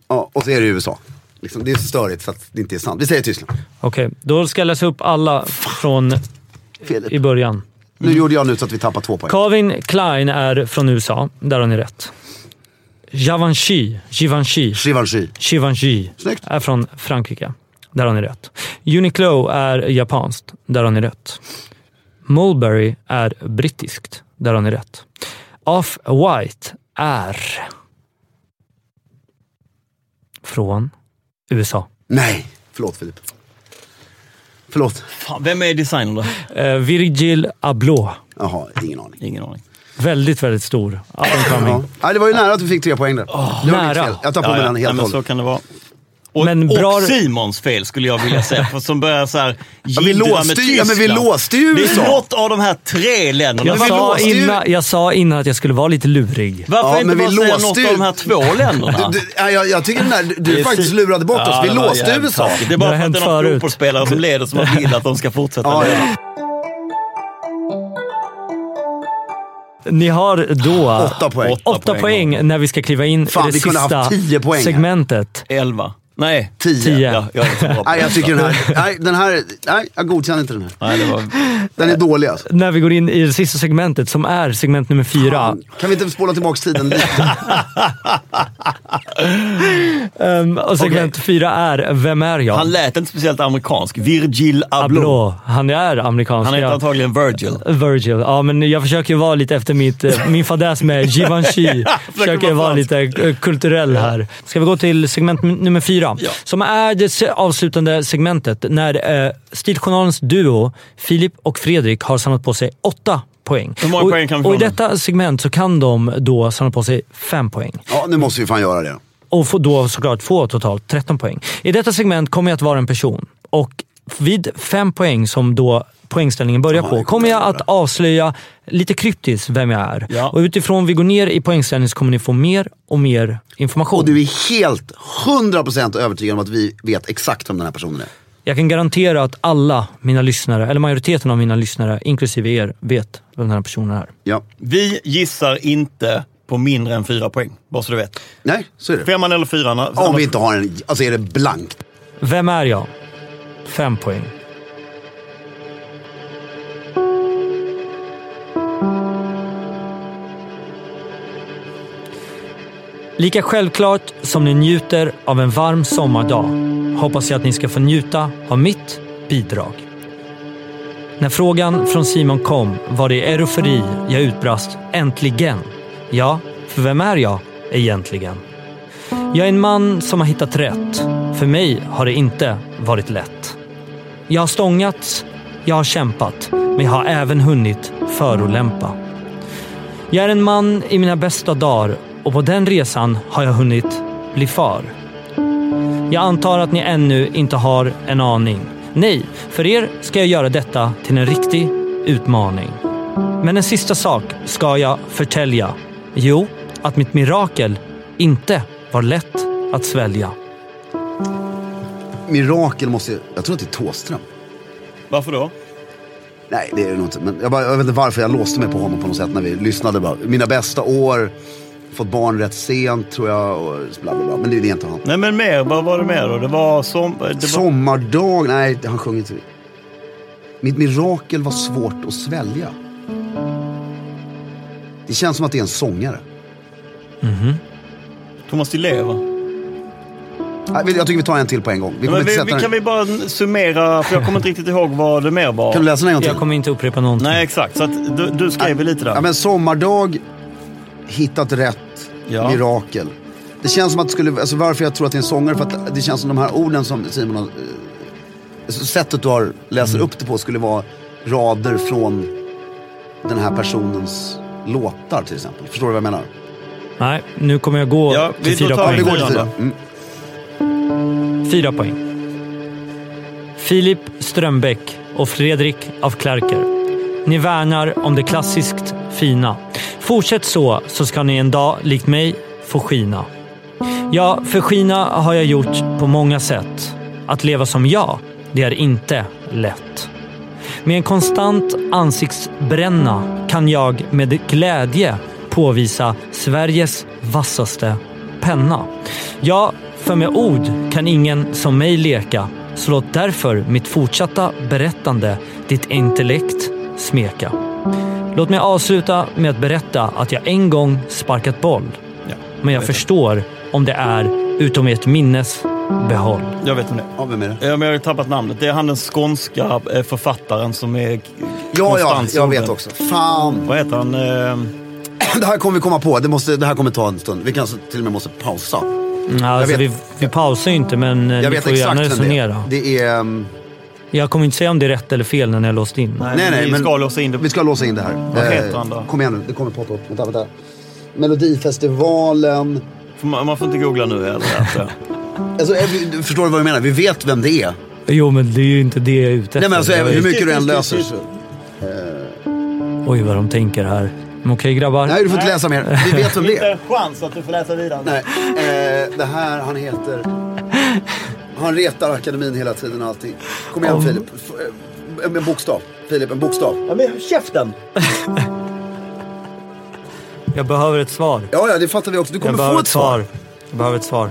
S3: ja, och så är det USA. Liksom, det är så störigt så att det inte är sant. Vi säger Tyskland.
S1: Okej, då ska jag läsa upp alla från i
S3: Filip.
S1: början.
S3: Nu gjorde jag nu så att vi tappar två poäng.
S1: Calvin Klein är från USA. Där har ni rätt. Givenchy, Givenchy,
S3: Givenchy.
S1: Givenchy
S3: Snyggt.
S1: är från Frankrike. Där har ni rätt. Uniqlo är japanskt. Där har ni rätt. Mulberry är brittiskt. Där har ni rätt. Off-White är från USA.
S3: Nej, förlåt Filip. Förlåt.
S4: Fan, vem är designern då?
S1: Eh, Virgil Abloh.
S3: Jaha, ingen aning.
S4: Ingen aning.
S1: Väldigt, väldigt stor. Up and
S3: Ja.
S1: coming.
S3: Nej, det var ju nära att vi fick tre poäng där. det var mitt
S1: nära.
S3: fel. Jag tar på mig den
S4: ja,
S3: helt och
S4: men så
S3: hållet.
S4: kan det vara. Och,
S1: Men bra-
S4: och Simons fel skulle jag vilja säga, för som
S3: (laughs)
S4: börjar så här
S3: vi
S4: jiddra
S3: låste
S4: med
S3: ju- ja, men vi
S4: Tyskland.
S3: låste ju
S4: Det
S3: USA.
S4: är något av de här tre länderna.
S1: Jag
S4: Men vi
S1: sa,
S4: låste ju-
S1: innan, jag sa innan att jag skulle vara lite lurig.
S4: Varför
S3: Ja,
S4: inte
S3: men
S4: bara
S3: vi
S4: säga
S3: låste
S4: något
S3: ju-
S4: av de här två länderna?
S3: Du, du, nej, jag, jag tycker den där, du, du faktiskt lurade bort oss. Vi
S4: det var
S3: låste
S4: jävligt
S3: USA.
S4: taskigt. Det är
S1: Det har
S4: bara för att
S1: hänt
S4: det är någon
S1: förut.
S4: fotbollsspelare som
S3: (laughs)
S4: leder som man vill att de ska fortsätta
S3: Ja,
S4: leda.
S3: ja.
S1: Ni har då
S3: Ah, Åtta poäng.
S1: åtta poäng, när vi ska kliva in
S3: Fan,
S1: i det
S3: vi kunde
S1: sista
S3: haft tio poäng här.
S1: segmentet.
S4: Elva. Nej,
S3: Tio.
S1: Tio.
S4: Ja, jag är inte så bra på
S3: Nej, jag
S4: det.
S3: tycker den här. Nej, den här. Nej, jag godkänner inte den här.
S4: Nej, det var...
S3: Den är dålig alltså.
S1: När vi går in i det sista segmentet som är segment nummer fyra.
S3: Kan vi inte spola tillbaka tiden lite?
S1: Ehm, och segment fyra är Vem är jag?
S4: Han lät inte speciellt amerikansk. Virgil Abloh.
S1: Abloh. Han är amerikansk.
S4: Han heter
S1: ja.
S4: antagligen Virgil.
S1: Virgil. Ja, men jag försöker ju vara lite efter mitt, eh, min fadäs med
S4: (laughs)
S1: Givenchy. försöker
S4: vara
S1: jag vara lite eh, kulturell här. Ska vi gå till segment m- nummer fyra?
S4: Ja.
S1: Som är det se- avslutande segmentet när eh, Stiljournalens duo Filip och Fredrik har samlat på sig åtta poäng.
S4: Hur många
S1: och,
S4: poäng kan vi få
S1: och i
S4: nu?
S1: detta segment så kan de då samla på sig fem poäng
S3: Ja, nu måste vi fan göra det.
S1: och få, då såklart få totalt 13 poäng. I detta segment kommer jag att vara en person och vid 5 poäng som då poängställningen börjar
S3: Ja,
S1: på kommer
S3: det kommer
S1: jag
S3: jag
S1: att avslöja lite kryptiskt vem jag är.
S4: Ja.
S1: Och utifrån vi går ner i poängställningen så kommer ni få mer och mer information.
S3: Och du är helt 100% övertygad om att vi vet exakt vem den här personen är.
S1: Jag kan garantera att alla mina lyssnare, eller majoriteten av mina lyssnare, inklusive er, vet vem den här personen är.
S3: Ja.
S4: Vi gissar inte på mindre än fyra poäng, bara så du vet.
S3: Nej, så är det.
S4: Femman eller fyran.
S3: Om vi inte har en, alltså är det blankt.
S1: Vem är jag? 5 poäng. Lika självklart som ni njuter av en varm sommardag hoppas jag att ni ska få njuta av mitt bidrag. När frågan från Simon kom var det i eufori jag utbrast “Äntligen!” Ja, för vem är jag egentligen? Jag är en man som har hittat rätt. För mig har det inte varit lätt. Jag har stångats, jag har kämpat, men jag har även hunnit förolämpa. Jag är en man i mina bästa dagar och på den resan har jag hunnit bli far. Jag antar att ni ännu inte har en aning. Nej, för er ska jag göra detta till en riktig utmaning. Men en sista sak ska jag förtälja. Jo, att mitt mirakel inte var lätt att svälja.
S3: Mirakel måste jag tror att det är Tåström.
S4: Varför då?
S3: Nej, det är det nog inte. Men jag, bara, jag vet inte varför jag låste mig på honom på något sätt när vi lyssnade. Bara. Mina bästa år, fått barn rätt sent tror jag. Och bla, bla, bla. Men det är inte han.
S4: Nej men mer, vad var det mer då? Det var som... Det var...
S3: Sommardag, nej han sjöng inte. Mitt mirakel var svårt att svälja. Det känns som att det är en sångare.
S4: Thomas Di Leva.
S3: Nej, vi- Jag tycker vi tar en till på en gång. Vi kommer
S4: Men
S3: inte
S4: vi,
S3: sätta
S4: vi,
S3: den.
S4: kan vi bara summera, för jag kommer inte riktigt ihåg vad det mer var.
S3: Kan du läsa den en gång
S1: Jag
S3: till?
S1: kommer inte upprepa någonting.
S4: Nej exakt, så att du, du skrev ju lite
S3: Ja,
S4: där.
S3: men sommardag, hittat rätt,
S4: Ja.
S3: mirakel. Det känns som att det skulle, alltså varför jag tror att det är en sångare, för att det känns som de här orden som Simon har, eh, alltså sättet du har läser upp det på skulle vara rader från den här personens låtar till exempel. Förstår du vad jag menar?
S1: Nej, nu kommer jag gå
S4: Ja, vi-
S1: till fyra
S4: då tar
S1: poäng.
S4: vi
S3: Det går till
S4: Fyran
S3: fyra. Mm.
S1: Fyra poäng. Filip Strömbäck och Fredrik af Klerker. Ni värnar om det klassiskt fina. Fortsätt så, så ska ni en dag, likt mig, få skina. Ja, för skina har jag gjort på många sätt. Att leva som jag, det är inte lätt. Med en konstant ansiktsbränna kan jag med glädje påvisa Sveriges vassaste penna. Ja, för med ord kan ingen som mig leka. Så låt därför mitt fortsatta berättande ditt intellekt smeka. Låt mig avsluta med att berätta att jag en gång sparkat boll.
S4: Ja,
S1: Men jag
S4: vet det.
S1: förstår om det är utom ert minnes behåll.
S4: Jag vet om det.
S3: Ja, vem är det?
S4: Ja, men jag har ju tappat namnet. Det är han den skånska eh, författaren som är k-
S3: Ja, ja,
S4: konstant
S3: jag vet
S4: solbränd.
S3: också. Fan. (clears throat)
S4: Vad heter han? Eh,
S3: Det här kommer vi komma på. Det, måste, det här kommer ta en stund. Vi kanske till och med måste pausa.
S1: Mm, Alltså,
S3: vet-
S1: vi, vi pausar ju inte, men eh,
S3: Jag
S1: ni
S3: vet
S1: får gärna
S3: exakt vem det
S1: resonera.
S3: är. Det är... ehm,
S1: Jag kommer inte säga om det är rätt eller fel när ni har låst in.
S4: nej, nej, vi
S3: men-
S4: ska låsa in det.
S3: Vi ska låsa in det här. Eh,
S4: Vad heter han då?
S3: Kom igen nu, det kommer poppa upp. Vänta, vänta. Melodifestivalen.
S4: Får Man, man får inte googla nu heller.
S3: (laughs)
S4: Alltså.
S3: Alltså, eh, vi- du förstår du vad jag menar? Vi vet vem det är.
S1: Jo, men det är ju inte det jag är ute efter.
S3: Nej men alltså,
S1: Jag
S3: även
S1: är-
S3: hur mycket du än löser. så-
S1: Oj, vad de tänker här. Men okej grabbar.
S3: Nej, du får inte läsa mer. Vi vet vem det
S4: Inte
S3: är.
S4: en chans att du får läsa vidare.
S3: Nej, eh, det här, han heter... Han retar akademin hela tiden och allting. Kom igen Filip. F- eh, En bokstav. Filip, en bokstav.
S4: Ja, men käften!
S1: Jag behöver ett svar.
S3: Ja, ja, det fattar vi också. Du
S1: Jag
S3: kommer
S1: behöver
S3: få ett svar.
S1: Jag behöver ett svar.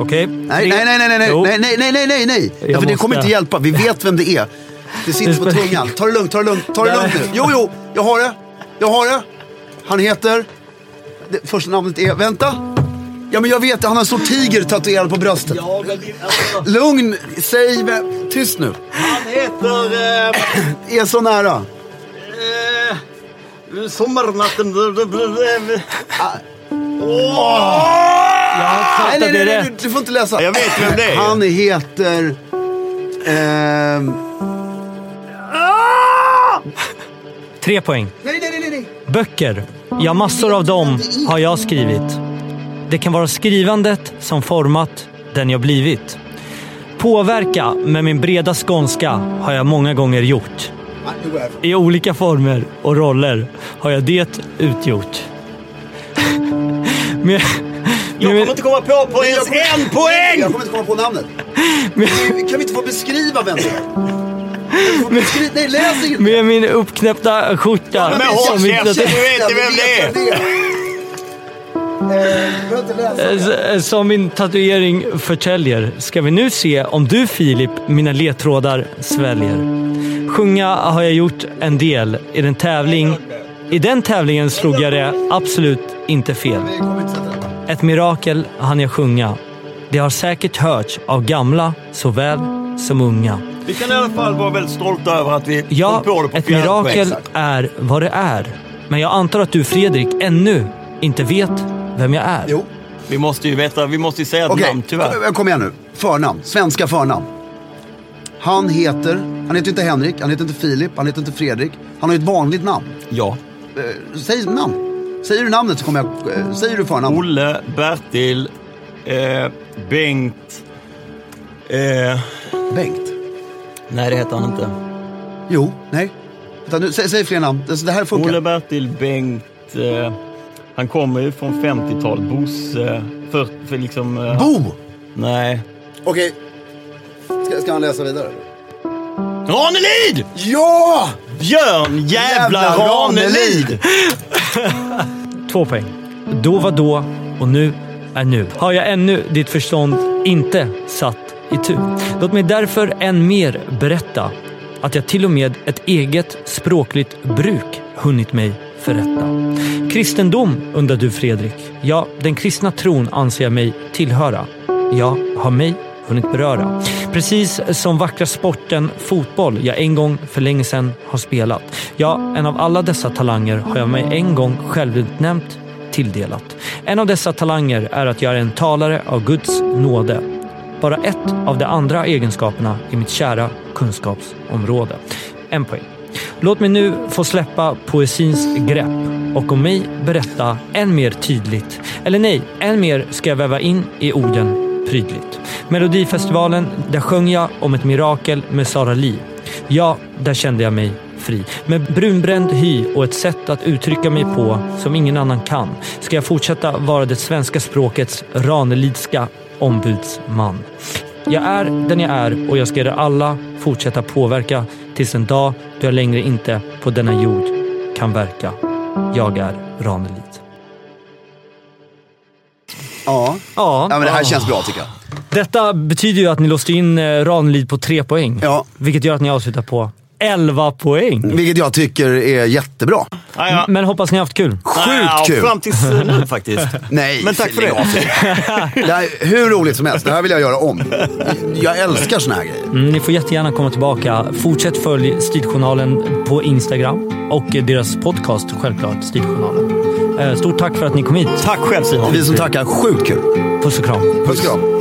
S1: Okej.
S3: Nej,
S1: Tre-
S3: nej, nej, nej, nej,
S1: Jo.
S3: nej, nej, nej, nej, nej, nej. Därför
S1: måste-
S3: det kommer inte hjälpa. Vi vet vem det är. Det sitter
S1: Det
S3: på
S1: spelar-
S3: tungan. Ta det lugnt, ta det lugnt, ta det
S1: Nej.
S3: lugnt nu. Jo, jo, jag har det. Jag har det. Han heter... Det, första namnet är... Vänta. Ja men jag vet, han har en stor tiger tatuerad på bröstet.
S4: Ja, men alltså,
S3: Lugn, säg vem. Tyst nu.
S4: han heter... Eh,
S3: Är så nära.
S4: Eh, sommarnatten... Ah.
S1: Fattar
S3: nej, nej,
S1: du
S3: nej,
S1: rätt?
S3: du, du får inte läsa.
S4: Jag vet vem det är.
S3: Han heter... ehm,
S1: Tre poäng.
S3: nej, nej, nej, nej.
S1: Böcker. Ja, massor av dem har jag skrivit. Det kan vara skrivandet som format den jag blivit. Påverka med min breda skånska har jag många gånger gjort. I olika former och roller har jag det utgjort. med,
S4: Jag kommer inte komma på, på ens en poäng!
S3: Jag kommer inte komma på namnet. Kan vi inte få beskriva vem det är? Får beskri- Nej, läs inget.
S1: med min uppknäppta skjorta.
S4: Men håll
S1: som inte-
S4: käften, du vet ju vem det är!
S1: Eh, Som min tatuering förtäljer ska vi nu se om du Filip mina ledtrådar sväljer. Sjunga har jag gjort en del i den tävling. I den tävlingen slog jag det absolut inte fel. Ett mirakel hann jag sjunga. Det har säkert hörts av gamla såväl som unga.
S4: Vi kan i alla fall vara väldigt stolta över att vi
S1: Ja,
S4: kom på det på
S1: ett
S4: fjärde
S1: mirakel
S4: poäng.
S1: är vad det är. Men jag antar att du Fredrik ännu inte vet vem jag är.
S3: Jo.
S4: Vi måste ju veta, vi måste ju säga ett
S3: Okej,
S4: namn tyvärr.
S3: kom- kom igen nu. Förnamn. Svenska förnamn. Han heter, han heter inte Henrik, han heter inte Filip, han heter inte Fredrik. Han har ju ett vanligt namn.
S4: Ja.
S3: Eh, Säg namn. Säger du namnet så kommer jag... eh, Säger du förnamn?
S4: Olle, Bertil, eh, Bengt... Eh,
S3: Bengt.
S4: nej, det heter han inte.
S3: Jo, nej. Vänta, nu, säg, säg fler namn. Alltså, det här funkar.
S4: Olle, Bertil, Bengt... Eh, han kommer ju från 50-tal. Bosse... För, för liksom... Eh,
S3: Bo!
S4: nej.
S3: Okej. Ska, ska han läsa vidare?
S4: Ranelid!
S3: Ja!
S4: Björn jävla,
S3: Jävla Ranelid!
S4: Ranelid!
S1: Två poäng. Då var då och nu är nu. Har jag ännu ditt förstånd inte satt i tur. Låt mig därför än mer berätta att jag till och med ett eget språkligt bruk hunnit mig förrätta. Kristendom undrar du Fredrik. Ja, den kristna tron anser jag mig tillhöra. Ja, har mig hunnit beröra. Precis som vackra sporten fotboll jag en gång för länge sedan har spelat. Ja, en av alla dessa talanger har jag mig en gång självutnämnt tilldelat. En av dessa talanger är att jag är en talare av Guds nåde. Bara ett av de andra egenskaperna i mitt kära kunskapsområde. En poäng. Låt mig nu få släppa poesins grepp och om mig berätta än mer tydligt. Eller nej, än mer ska jag väva in i orden prydligt. Melodifestivalen, där sjöng jag om ett mirakel med Sara Li. Ja, där kände jag mig fri. Med brunbränd hy och ett sätt att uttrycka mig på som ingen annan kan ska jag fortsätta vara det svenska språkets ranelidska ombudsman. Jag är den jag är och jag ska er alla fortsätta påverka tills en dag då jag längre inte på denna jord kan verka. Jag är Ranelid.
S3: Ja.
S1: Ja,
S3: ja, men det här känns bra tycker jag.
S1: detta betyder ju att ni låste in eh, Ranelid på tre poäng.
S3: Ja.
S1: Vilket gör att ni avslutar på 11 poäng.
S3: Vilket jag tycker är jättebra.
S4: Ah, ja.
S1: Men hoppas ni har haft kul.
S4: Ah,
S3: Sjukt kul!
S4: Fram tills eh, nu faktiskt.
S3: (laughs) Nej,
S4: Men tack för
S3: lägg
S4: det.
S3: av. Det här, är hur roligt som helst. Det här vill jag göra om. Jag älskar såna här grejer.
S1: Mm, Ni får jättegärna komma tillbaka. Fortsätt följ Stiljournalen på Instagram och eh, deras podcast självklart, Stiljournalen. Eh, Stort tack för att ni kom hit.
S4: Tack själv Simon.
S3: Vi som tackar, sjukt kul.
S1: Puss och kram.
S3: Puss och kram.